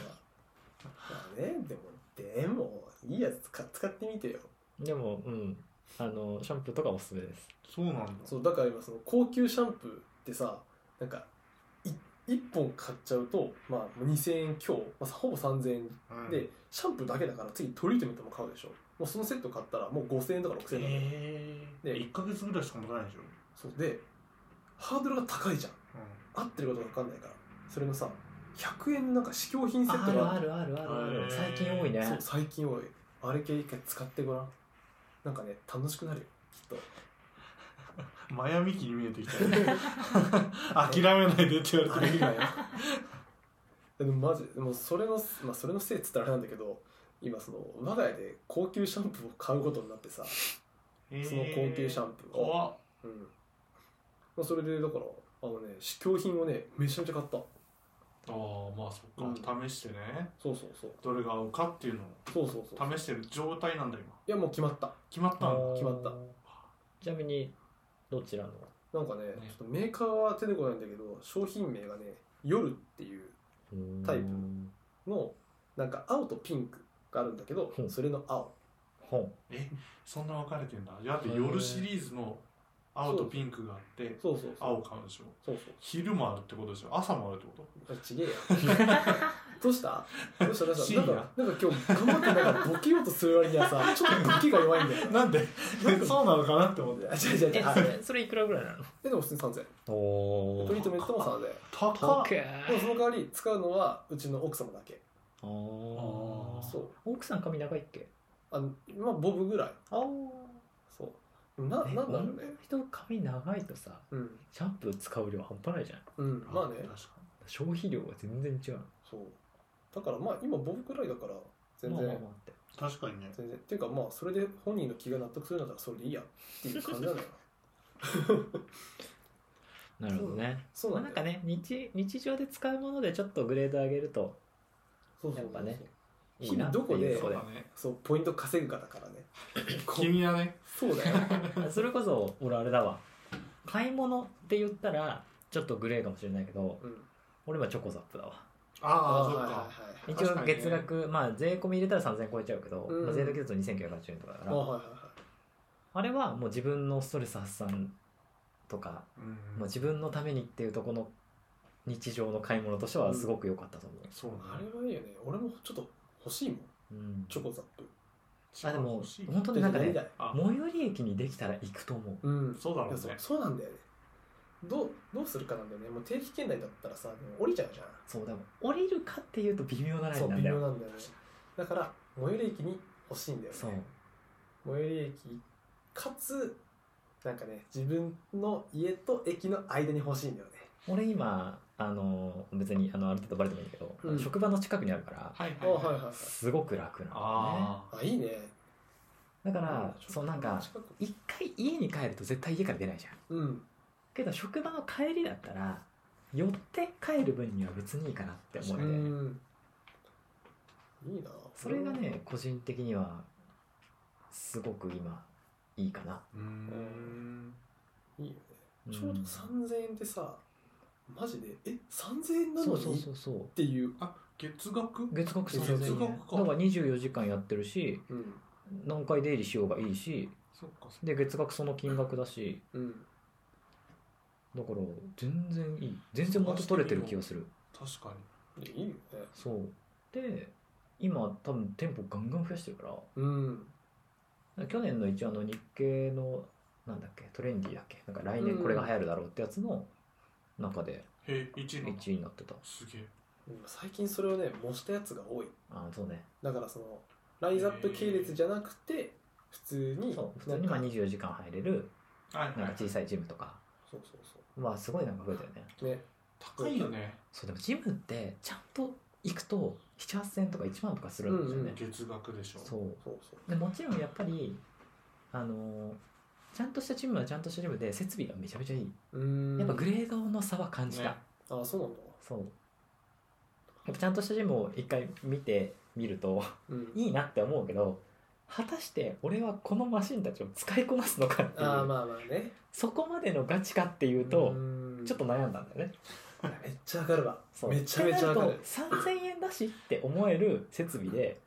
[SPEAKER 3] まあねでもでもいいやつ使使ってみてよ
[SPEAKER 2] でもうんあのシャンプーとかおすすめです
[SPEAKER 4] そうなんだ
[SPEAKER 3] そうだから今その高級シャンプーってさなんかい1本買っちゃうと、まあ、2000円強、まあ、ほぼ3000円
[SPEAKER 4] うん
[SPEAKER 3] でシャンプーだけだから次トリートメントも買うでしょもうそのセット買ったらもう5000円とか6000円だから、
[SPEAKER 4] えー、
[SPEAKER 3] で
[SPEAKER 4] 1か月ぐらいしか持たないでしょ、
[SPEAKER 3] そうでハードルが高いじゃん
[SPEAKER 4] う
[SPEAKER 3] 合ってることが分かんないからそれのさ100円のなんか試供品セットが
[SPEAKER 2] るあるあ
[SPEAKER 4] へー
[SPEAKER 2] 最近多い
[SPEAKER 3] そう
[SPEAKER 2] ね
[SPEAKER 3] 最近多いあれ系一回使ってごらんなんかね楽しくなるよきっ
[SPEAKER 4] ん、マヤミキに見えてきたよ諦めないでって言
[SPEAKER 3] と
[SPEAKER 4] わ
[SPEAKER 3] あ
[SPEAKER 4] れ
[SPEAKER 3] れ
[SPEAKER 4] て
[SPEAKER 3] 以外
[SPEAKER 4] る
[SPEAKER 3] はでもマジでもうそれの、まあ、それのせいっつったらあれなんだけど今その我が家で高級シャンプーを買うことになってさ その高級シャンプーを
[SPEAKER 4] 怖っ
[SPEAKER 3] うんまあ、それでだからあのね試供品をねめちゃめちゃ買った
[SPEAKER 4] ああまあそっか、試してね
[SPEAKER 3] そうそうそう
[SPEAKER 4] どれが合うかっていうの
[SPEAKER 3] そうそうそう
[SPEAKER 4] を試してる状態なんだ今
[SPEAKER 3] いやもう決まった
[SPEAKER 4] 決まったんだ
[SPEAKER 3] 決まった
[SPEAKER 2] ちなみにどちらの
[SPEAKER 3] なんかねちょっとメーカーは出てこないんだけど商品名がね「夜」っていうタイプのなんか青とピンクがあるんだけど、
[SPEAKER 2] うん
[SPEAKER 3] それの青
[SPEAKER 2] ほう
[SPEAKER 4] えそんな分かれてんだだって夜シリーズの青とピンクがあって
[SPEAKER 3] そうそうそう
[SPEAKER 4] 青買うんでしょ
[SPEAKER 3] そう
[SPEAKER 4] 昼もあるってことでしょ朝もあるってこと
[SPEAKER 3] そうあちげえよどうしたどうしたどうした
[SPEAKER 4] 深
[SPEAKER 3] な
[SPEAKER 4] 夜
[SPEAKER 3] んかなんか今日頑張ってなんかボケようとする割にはさちょっとボケが弱いんだよ
[SPEAKER 4] なんで そうなのかなって思って
[SPEAKER 3] あ違う違う違
[SPEAKER 2] え
[SPEAKER 3] うあ
[SPEAKER 2] それそれいくらぐらいなの
[SPEAKER 3] ででも普通に3000
[SPEAKER 2] お
[SPEAKER 3] トリートメントも3000
[SPEAKER 4] 高
[SPEAKER 2] 高
[SPEAKER 4] っ
[SPEAKER 3] でもその代わり使うのはうちの奥様だけ
[SPEAKER 2] お
[SPEAKER 4] あー
[SPEAKER 3] そう
[SPEAKER 2] 奥さん髪長いっけ
[SPEAKER 3] あのまあボブぐらい
[SPEAKER 2] ああ
[SPEAKER 3] そうでもななんだろうね
[SPEAKER 2] 人髪長いとさ
[SPEAKER 3] うん
[SPEAKER 2] シャンプー使う量半端ないじゃん
[SPEAKER 3] うんまあね
[SPEAKER 4] 確か
[SPEAKER 2] 消費量が全然違う
[SPEAKER 3] そうだからまあ今ボブぐらいだから全
[SPEAKER 2] まあ
[SPEAKER 3] 然、
[SPEAKER 2] まあまあって
[SPEAKER 4] に確かにね
[SPEAKER 3] 全然っていうかまあそれで本人の気が納得するんだったらそれでいいやっていう感じ なのよ
[SPEAKER 2] なるほどね
[SPEAKER 3] そう
[SPEAKER 2] ま
[SPEAKER 3] な
[SPEAKER 2] あ、
[SPEAKER 3] んだ
[SPEAKER 2] な
[SPEAKER 3] よ
[SPEAKER 2] んかね日日常で使うものでちょっとグレード上げると
[SPEAKER 3] そうそう
[SPEAKER 2] やっぱねい
[SPEAKER 3] 日
[SPEAKER 2] いな
[SPEAKER 3] 々
[SPEAKER 2] って
[SPEAKER 3] どこ
[SPEAKER 2] い
[SPEAKER 3] で
[SPEAKER 2] うと
[SPEAKER 4] そ
[SPEAKER 2] こ
[SPEAKER 4] う
[SPEAKER 2] で
[SPEAKER 4] だね
[SPEAKER 3] そうポイント稼ぐかだから ねこ
[SPEAKER 4] 君はね
[SPEAKER 3] そうだよ
[SPEAKER 2] あ それこそ俺あれだわ買い物って言ったらちょっとグレーかもしれないけど
[SPEAKER 3] うん
[SPEAKER 2] 俺はチョコザップだわ
[SPEAKER 4] ああ
[SPEAKER 3] ー
[SPEAKER 4] そっ
[SPEAKER 3] はいはい
[SPEAKER 4] か
[SPEAKER 3] はい
[SPEAKER 2] 一
[SPEAKER 4] 確
[SPEAKER 2] 応
[SPEAKER 4] かにね
[SPEAKER 2] 月額、まあ税込み入れたら3000超えちゃうけど、
[SPEAKER 3] うん
[SPEAKER 2] まあ、税抜きだと2980円とかだか
[SPEAKER 3] あ
[SPEAKER 2] ら、
[SPEAKER 3] ーはいはいはい
[SPEAKER 2] あれはもう自分のストレス発散とか、
[SPEAKER 4] うん
[SPEAKER 2] もう自分のためにっていうとこの日常の買い物としてはすごく良かったと思
[SPEAKER 4] そう
[SPEAKER 3] あ
[SPEAKER 4] ね
[SPEAKER 3] れはいいよね俺もちょっと欲しいもん
[SPEAKER 2] う、うん
[SPEAKER 3] チョコザップ
[SPEAKER 2] あでも
[SPEAKER 4] 欲しい
[SPEAKER 2] 本当になんか
[SPEAKER 3] 出て
[SPEAKER 2] ね
[SPEAKER 3] ない
[SPEAKER 4] あ
[SPEAKER 2] 最寄り駅にできたら行くと思う
[SPEAKER 3] うん
[SPEAKER 4] そうだ
[SPEAKER 3] い
[SPEAKER 4] ろ
[SPEAKER 3] うやそう
[SPEAKER 4] ね
[SPEAKER 3] そうなんだよねどうどうするかなんだよねもう定期券内だったらさでも降りちゃうじゃん
[SPEAKER 2] そうでも降りるかっていうと微妙なライ
[SPEAKER 3] そ
[SPEAKER 2] ン
[SPEAKER 3] う
[SPEAKER 2] な
[SPEAKER 3] 微
[SPEAKER 2] んだ
[SPEAKER 3] 妙
[SPEAKER 2] よ
[SPEAKER 3] なんだよねだから最寄り駅に欲しいんだよね
[SPEAKER 2] そう
[SPEAKER 3] 最寄り駅かつなんかね自分の家と駅の間に欲しいんだよね
[SPEAKER 2] 俺今あの別にあのある程度バレてもいいんだけど、
[SPEAKER 3] うん
[SPEAKER 2] 職場の近くにあるから
[SPEAKER 4] はい
[SPEAKER 3] あ
[SPEAKER 4] はい
[SPEAKER 3] はい
[SPEAKER 4] は
[SPEAKER 3] はいいはい
[SPEAKER 2] すごく楽なのね
[SPEAKER 4] あ
[SPEAKER 3] あいいね
[SPEAKER 2] だからそうなんか一回家に帰ると絶対家から出ないじゃん
[SPEAKER 3] うん
[SPEAKER 2] けど職場の帰りだったら寄って帰る分には別にいいかなって思
[SPEAKER 3] う
[SPEAKER 2] えて
[SPEAKER 3] んいいな
[SPEAKER 2] それがね個人的にはすごく今いいかな、
[SPEAKER 4] ーうーん
[SPEAKER 3] いいよね
[SPEAKER 2] うん
[SPEAKER 3] ちょうど3000円ってさマジでえ3000円な
[SPEAKER 2] そ
[SPEAKER 3] の
[SPEAKER 2] うそう
[SPEAKER 3] にっ
[SPEAKER 2] そうそう
[SPEAKER 3] ていう
[SPEAKER 4] あ月額
[SPEAKER 2] 月額3000円
[SPEAKER 3] 月
[SPEAKER 2] だ
[SPEAKER 3] 額
[SPEAKER 4] か
[SPEAKER 2] から24時間やってるし
[SPEAKER 3] うん
[SPEAKER 2] 何回出入りしようがいいし
[SPEAKER 4] そっかそっか
[SPEAKER 2] で月額その金額だし
[SPEAKER 3] うん
[SPEAKER 2] だから全然いい全然元取れてる気がする
[SPEAKER 4] 確かに
[SPEAKER 3] いいよね
[SPEAKER 2] そうで今多分店舗ガンガン増やしてるから
[SPEAKER 3] うん
[SPEAKER 2] 去年の一応あの日経のなんだっけトレンディーだっけなんか来年これが流行るだろうってやつの中で
[SPEAKER 4] へえ1の
[SPEAKER 2] 1位になってた、
[SPEAKER 4] すげえ
[SPEAKER 3] 最近それをね模したやつが多い
[SPEAKER 2] ああそうね
[SPEAKER 3] だからそのライズアップ系列じゃなくて普通に
[SPEAKER 2] そう普
[SPEAKER 3] な
[SPEAKER 2] 通
[SPEAKER 3] ん
[SPEAKER 2] に
[SPEAKER 3] か
[SPEAKER 2] まあ24時間入れる
[SPEAKER 4] はい
[SPEAKER 2] なん
[SPEAKER 4] は
[SPEAKER 2] か
[SPEAKER 4] い
[SPEAKER 2] 小さいジムとか
[SPEAKER 3] そうそうそ
[SPEAKER 2] まあすごいなんか増えたよね
[SPEAKER 3] うね
[SPEAKER 4] 高いよね
[SPEAKER 2] そうでもジムってちゃんと行くと78000円とか1万とかするんですよね、
[SPEAKER 3] うん
[SPEAKER 4] 月額でしょ
[SPEAKER 2] そう
[SPEAKER 3] そうそう
[SPEAKER 2] でもちろんやっぱりあのーちゃんとしたチームはちゃんとしたチームで設備がめちゃめちゃいい、
[SPEAKER 3] うーん
[SPEAKER 2] やっぱグレードの差は感じた、
[SPEAKER 4] ね
[SPEAKER 3] あそうなんだ
[SPEAKER 2] そうやっぱちゃんとしたチームを一回見てみると
[SPEAKER 3] うん
[SPEAKER 2] いいなって思うけど果たして俺はこのマシンたちを使いこなすのかってい
[SPEAKER 3] ああ
[SPEAKER 2] う
[SPEAKER 3] まあまあね
[SPEAKER 2] そこまでのガチかっていうと
[SPEAKER 3] ーん
[SPEAKER 2] ちょっと悩んだんだよね
[SPEAKER 3] めっちゃわかるわ
[SPEAKER 2] そう
[SPEAKER 3] めちゃめちゃわか
[SPEAKER 2] っ
[SPEAKER 3] る
[SPEAKER 2] てなと3000円だしって思える設備で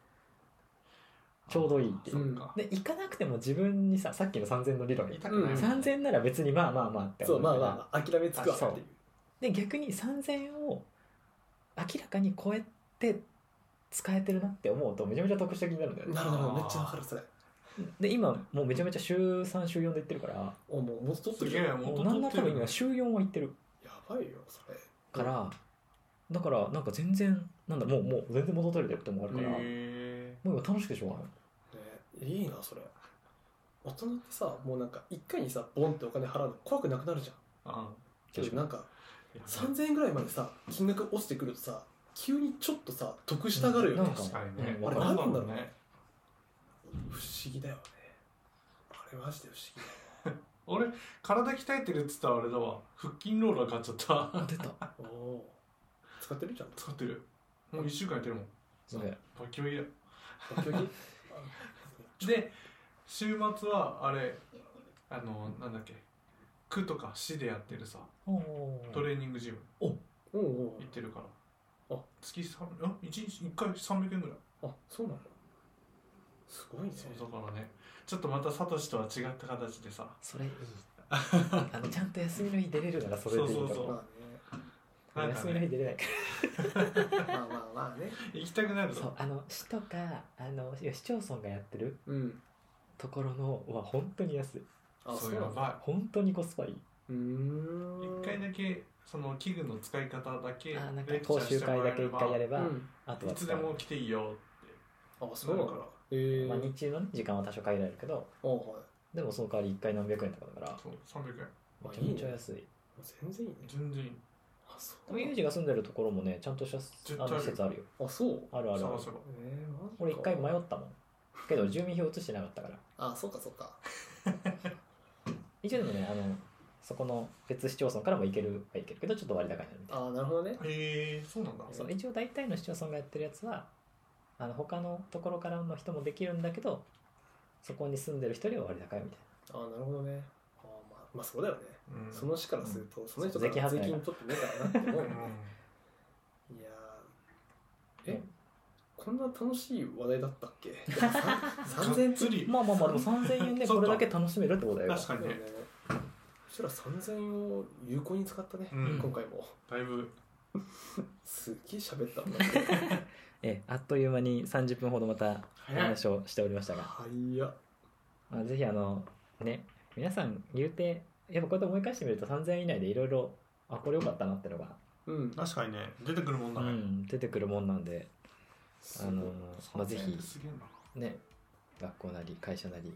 [SPEAKER 2] ちょうどいいっていう
[SPEAKER 4] そっか
[SPEAKER 2] で行かなくても自分にささっきの3000の理論
[SPEAKER 4] 痛くない
[SPEAKER 3] うん
[SPEAKER 2] 3000なら別にまあまあまあって
[SPEAKER 3] そうまあ
[SPEAKER 2] う
[SPEAKER 3] まあ諦めつくわって
[SPEAKER 2] あそ
[SPEAKER 3] い
[SPEAKER 2] う
[SPEAKER 3] う
[SPEAKER 2] で逆に3000を明らかに超えて使えてるなって思うとめちゃめちゃ得した気になるんだよね
[SPEAKER 3] なるほどめっちゃわかるそれ
[SPEAKER 2] で今もうめちゃめちゃ週3週4で行ってるから
[SPEAKER 3] おもう元取って
[SPEAKER 4] す
[SPEAKER 3] るじ
[SPEAKER 4] げ
[SPEAKER 3] ゃ
[SPEAKER 4] え
[SPEAKER 3] んや
[SPEAKER 2] も
[SPEAKER 4] 元
[SPEAKER 2] うなん
[SPEAKER 4] 取
[SPEAKER 2] なら
[SPEAKER 4] って
[SPEAKER 2] 多分
[SPEAKER 4] る
[SPEAKER 2] 今
[SPEAKER 4] ね
[SPEAKER 2] 週4は行ってる
[SPEAKER 3] ばいよそれ
[SPEAKER 2] からだからなんか全然なんだもうもう全然戻取れてるってのもあるからもう
[SPEAKER 4] へ
[SPEAKER 2] 今楽しくてしょうがない
[SPEAKER 3] ねいいなそれ大人ってさもうなんか一回にさボンってお金払うの怖くなくなるじゃん
[SPEAKER 4] ーうん
[SPEAKER 3] けどなんか
[SPEAKER 4] いや
[SPEAKER 3] 3000円ぐらいまでさ金額落ちてくるとさ急にちょっとさ得したがるよね、
[SPEAKER 2] なん
[SPEAKER 4] 確かにね
[SPEAKER 2] うんわか
[SPEAKER 3] る
[SPEAKER 4] あれなんだ
[SPEAKER 3] な
[SPEAKER 4] ろう
[SPEAKER 3] んだろう
[SPEAKER 4] ね
[SPEAKER 3] 不思議だよねあれマジで不思議だよ
[SPEAKER 4] 俺体鍛えてるっつったらあれだわ腹筋ローラー買っちゃった
[SPEAKER 2] あ出た
[SPEAKER 3] おおー使ってるじゃん
[SPEAKER 4] 使ってるもう1週間やってるもん
[SPEAKER 2] すげえ
[SPEAKER 4] バキバキだよ
[SPEAKER 3] バキバキ
[SPEAKER 4] で週末はあれあのなんだっけ区とか市でやってるさ
[SPEAKER 2] おー
[SPEAKER 4] トレーニングジム
[SPEAKER 3] おうおう
[SPEAKER 4] 行ってるから
[SPEAKER 3] あ
[SPEAKER 4] 月三うん一日一回300円ぐらい
[SPEAKER 3] あそうなんだすごいね
[SPEAKER 4] そうだからねちょっとまたサトシとは違った形でさ
[SPEAKER 2] それいいあのちゃんと休みの日出れるならそれでいい
[SPEAKER 4] そう
[SPEAKER 2] と
[SPEAKER 4] そうそう
[SPEAKER 2] 思う
[SPEAKER 3] ま
[SPEAKER 4] なんか
[SPEAKER 2] 休みの日
[SPEAKER 4] ね
[SPEAKER 2] 出れないか
[SPEAKER 3] あねまあまあまあね
[SPEAKER 4] 行きたくな
[SPEAKER 2] ら
[SPEAKER 4] る
[SPEAKER 2] そう
[SPEAKER 4] ぞ
[SPEAKER 2] あの市とかあのいや市町村がやってる
[SPEAKER 3] うん
[SPEAKER 2] ところのは本当に安い
[SPEAKER 3] あそ
[SPEAKER 4] そ
[SPEAKER 3] うう
[SPEAKER 4] や
[SPEAKER 3] なんだ
[SPEAKER 4] ば
[SPEAKER 2] 本当にコスパいいう
[SPEAKER 3] ー
[SPEAKER 4] い
[SPEAKER 3] ん
[SPEAKER 4] 一回だけその器具の使い方だけ
[SPEAKER 2] あーなんか
[SPEAKER 4] レクチャ
[SPEAKER 2] 講
[SPEAKER 4] ーし
[SPEAKER 2] 習
[SPEAKER 4] ても
[SPEAKER 2] 会
[SPEAKER 4] ら
[SPEAKER 2] だ
[SPEAKER 4] え
[SPEAKER 2] け
[SPEAKER 4] れ
[SPEAKER 2] 一
[SPEAKER 4] ば
[SPEAKER 2] 回やれ
[SPEAKER 3] う
[SPEAKER 2] ば、
[SPEAKER 3] ん
[SPEAKER 2] あと
[SPEAKER 4] い
[SPEAKER 2] は
[SPEAKER 4] つでも来ていいよって
[SPEAKER 3] あそうなんだへえ
[SPEAKER 2] まあ、日中のね時間は多少限られるけど
[SPEAKER 3] あはい
[SPEAKER 2] でもその代わり1回何百円とかだから
[SPEAKER 4] そう300円
[SPEAKER 3] ま
[SPEAKER 2] めち
[SPEAKER 3] あ
[SPEAKER 2] ゃめちゃ
[SPEAKER 3] いいね
[SPEAKER 2] 安い
[SPEAKER 3] 全然いいね
[SPEAKER 4] 全然いい
[SPEAKER 3] あそ
[SPEAKER 2] で
[SPEAKER 3] う
[SPEAKER 2] もユージが住んでるところもねちゃんとした
[SPEAKER 4] 絶対
[SPEAKER 2] あ
[SPEAKER 4] ある
[SPEAKER 2] の施設あるよ
[SPEAKER 3] あそう
[SPEAKER 2] あるあるある
[SPEAKER 4] 探せば
[SPEAKER 3] えーマジか
[SPEAKER 2] 俺一回迷ったもんけど住民票移してなかったから
[SPEAKER 3] あそうかそうか
[SPEAKER 2] 一応でもねあのそこの別市町村からも行けるはいけるけどちょっと割高になるみたい
[SPEAKER 3] あなるほどね
[SPEAKER 4] へえそうなんだ
[SPEAKER 2] なそう一応大体の市町村がやってるやつはあの他のところからの人もできるんだけどそこに住んでる人よりは割高いみたい
[SPEAKER 3] あなるほどねあまあまあそうだよね
[SPEAKER 4] うん
[SPEAKER 3] その市からするとその人
[SPEAKER 2] そう税
[SPEAKER 3] が
[SPEAKER 2] 金発
[SPEAKER 3] 税
[SPEAKER 2] 生
[SPEAKER 3] 金取ってねえからなって思う
[SPEAKER 4] う
[SPEAKER 3] もんね
[SPEAKER 4] ん
[SPEAKER 3] いやーえ
[SPEAKER 2] うん
[SPEAKER 3] こんな楽しい話題だったっけ 3000円
[SPEAKER 4] 釣
[SPEAKER 3] 釣り
[SPEAKER 4] り
[SPEAKER 2] なまあまあまあでも3000円で
[SPEAKER 4] そう
[SPEAKER 2] こ
[SPEAKER 4] か
[SPEAKER 2] れだけ楽しめるってことだよ
[SPEAKER 4] 確かにね
[SPEAKER 3] そしたら3000円を有効に使ったね、
[SPEAKER 4] うん
[SPEAKER 3] 今回も
[SPEAKER 4] だいぶ
[SPEAKER 3] すっげえ喋ったもん ね
[SPEAKER 2] ええあっという間に30分ほどまたお
[SPEAKER 4] 早い
[SPEAKER 2] 話をしておりましたが
[SPEAKER 3] はいや
[SPEAKER 2] まあ、ぜひあのね皆さん言うてやっぱこうやって思い返してみると3000円以内でいろいろあこれ良かったなってのが、
[SPEAKER 3] うん
[SPEAKER 4] 確かにね出てくるもんだ
[SPEAKER 2] う
[SPEAKER 4] ね
[SPEAKER 2] ん出てくるもんなんで、あのまあ、ぜ
[SPEAKER 4] 3000円
[SPEAKER 2] ひ
[SPEAKER 4] ってすげえな
[SPEAKER 2] ね学校なり会社なり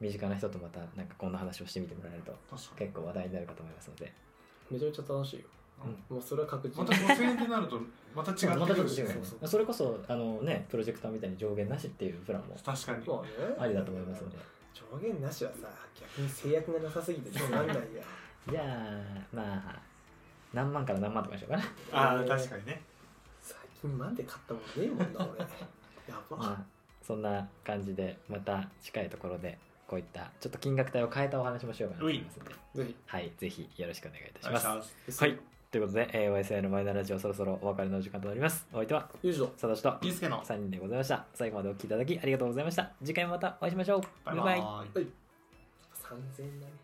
[SPEAKER 2] 身近な人とまたなんかこんな話をしてみてもらえると
[SPEAKER 4] 確かに
[SPEAKER 2] 結構話題になるかと思いますので
[SPEAKER 3] めちゃめちゃ楽しいよ、もうそれは確実
[SPEAKER 4] また5000円ってなるとまた違って
[SPEAKER 2] また
[SPEAKER 4] く
[SPEAKER 2] ちょっ
[SPEAKER 4] る
[SPEAKER 2] と
[SPEAKER 4] し
[SPEAKER 2] 違うよね
[SPEAKER 3] そうそう
[SPEAKER 2] それこそあのねプロジェクターみたいに上限なしっていうプランも
[SPEAKER 4] 確かに
[SPEAKER 3] まあね
[SPEAKER 2] ありだと思いますので
[SPEAKER 3] 上限なしはさ逆に制約がなさすぎてつ まんないや
[SPEAKER 2] じゃあまあ何万から何万とかにしようかな
[SPEAKER 4] ああ確かにね
[SPEAKER 3] 最近マンで買ったもんねえもんな俺やば、
[SPEAKER 2] まあ、そんな感じでまた近いところでこういったちょっと金額帯を変えたお話もしようかなと思いますので、
[SPEAKER 3] ぜひ
[SPEAKER 2] はい、ぜひよろしくお願いいたします。
[SPEAKER 4] あ
[SPEAKER 2] はい、ということで、えー YSI のマイナーラジオそろそろお別れの時間となります。お相手は
[SPEAKER 3] 以上
[SPEAKER 2] 佐藤氏と
[SPEAKER 4] ゆうすけの
[SPEAKER 2] 3人でございました。最後までお聞きいただきありがとうございました。次回もまたお会いしましょう。
[SPEAKER 4] バイバイ
[SPEAKER 3] 3000円だね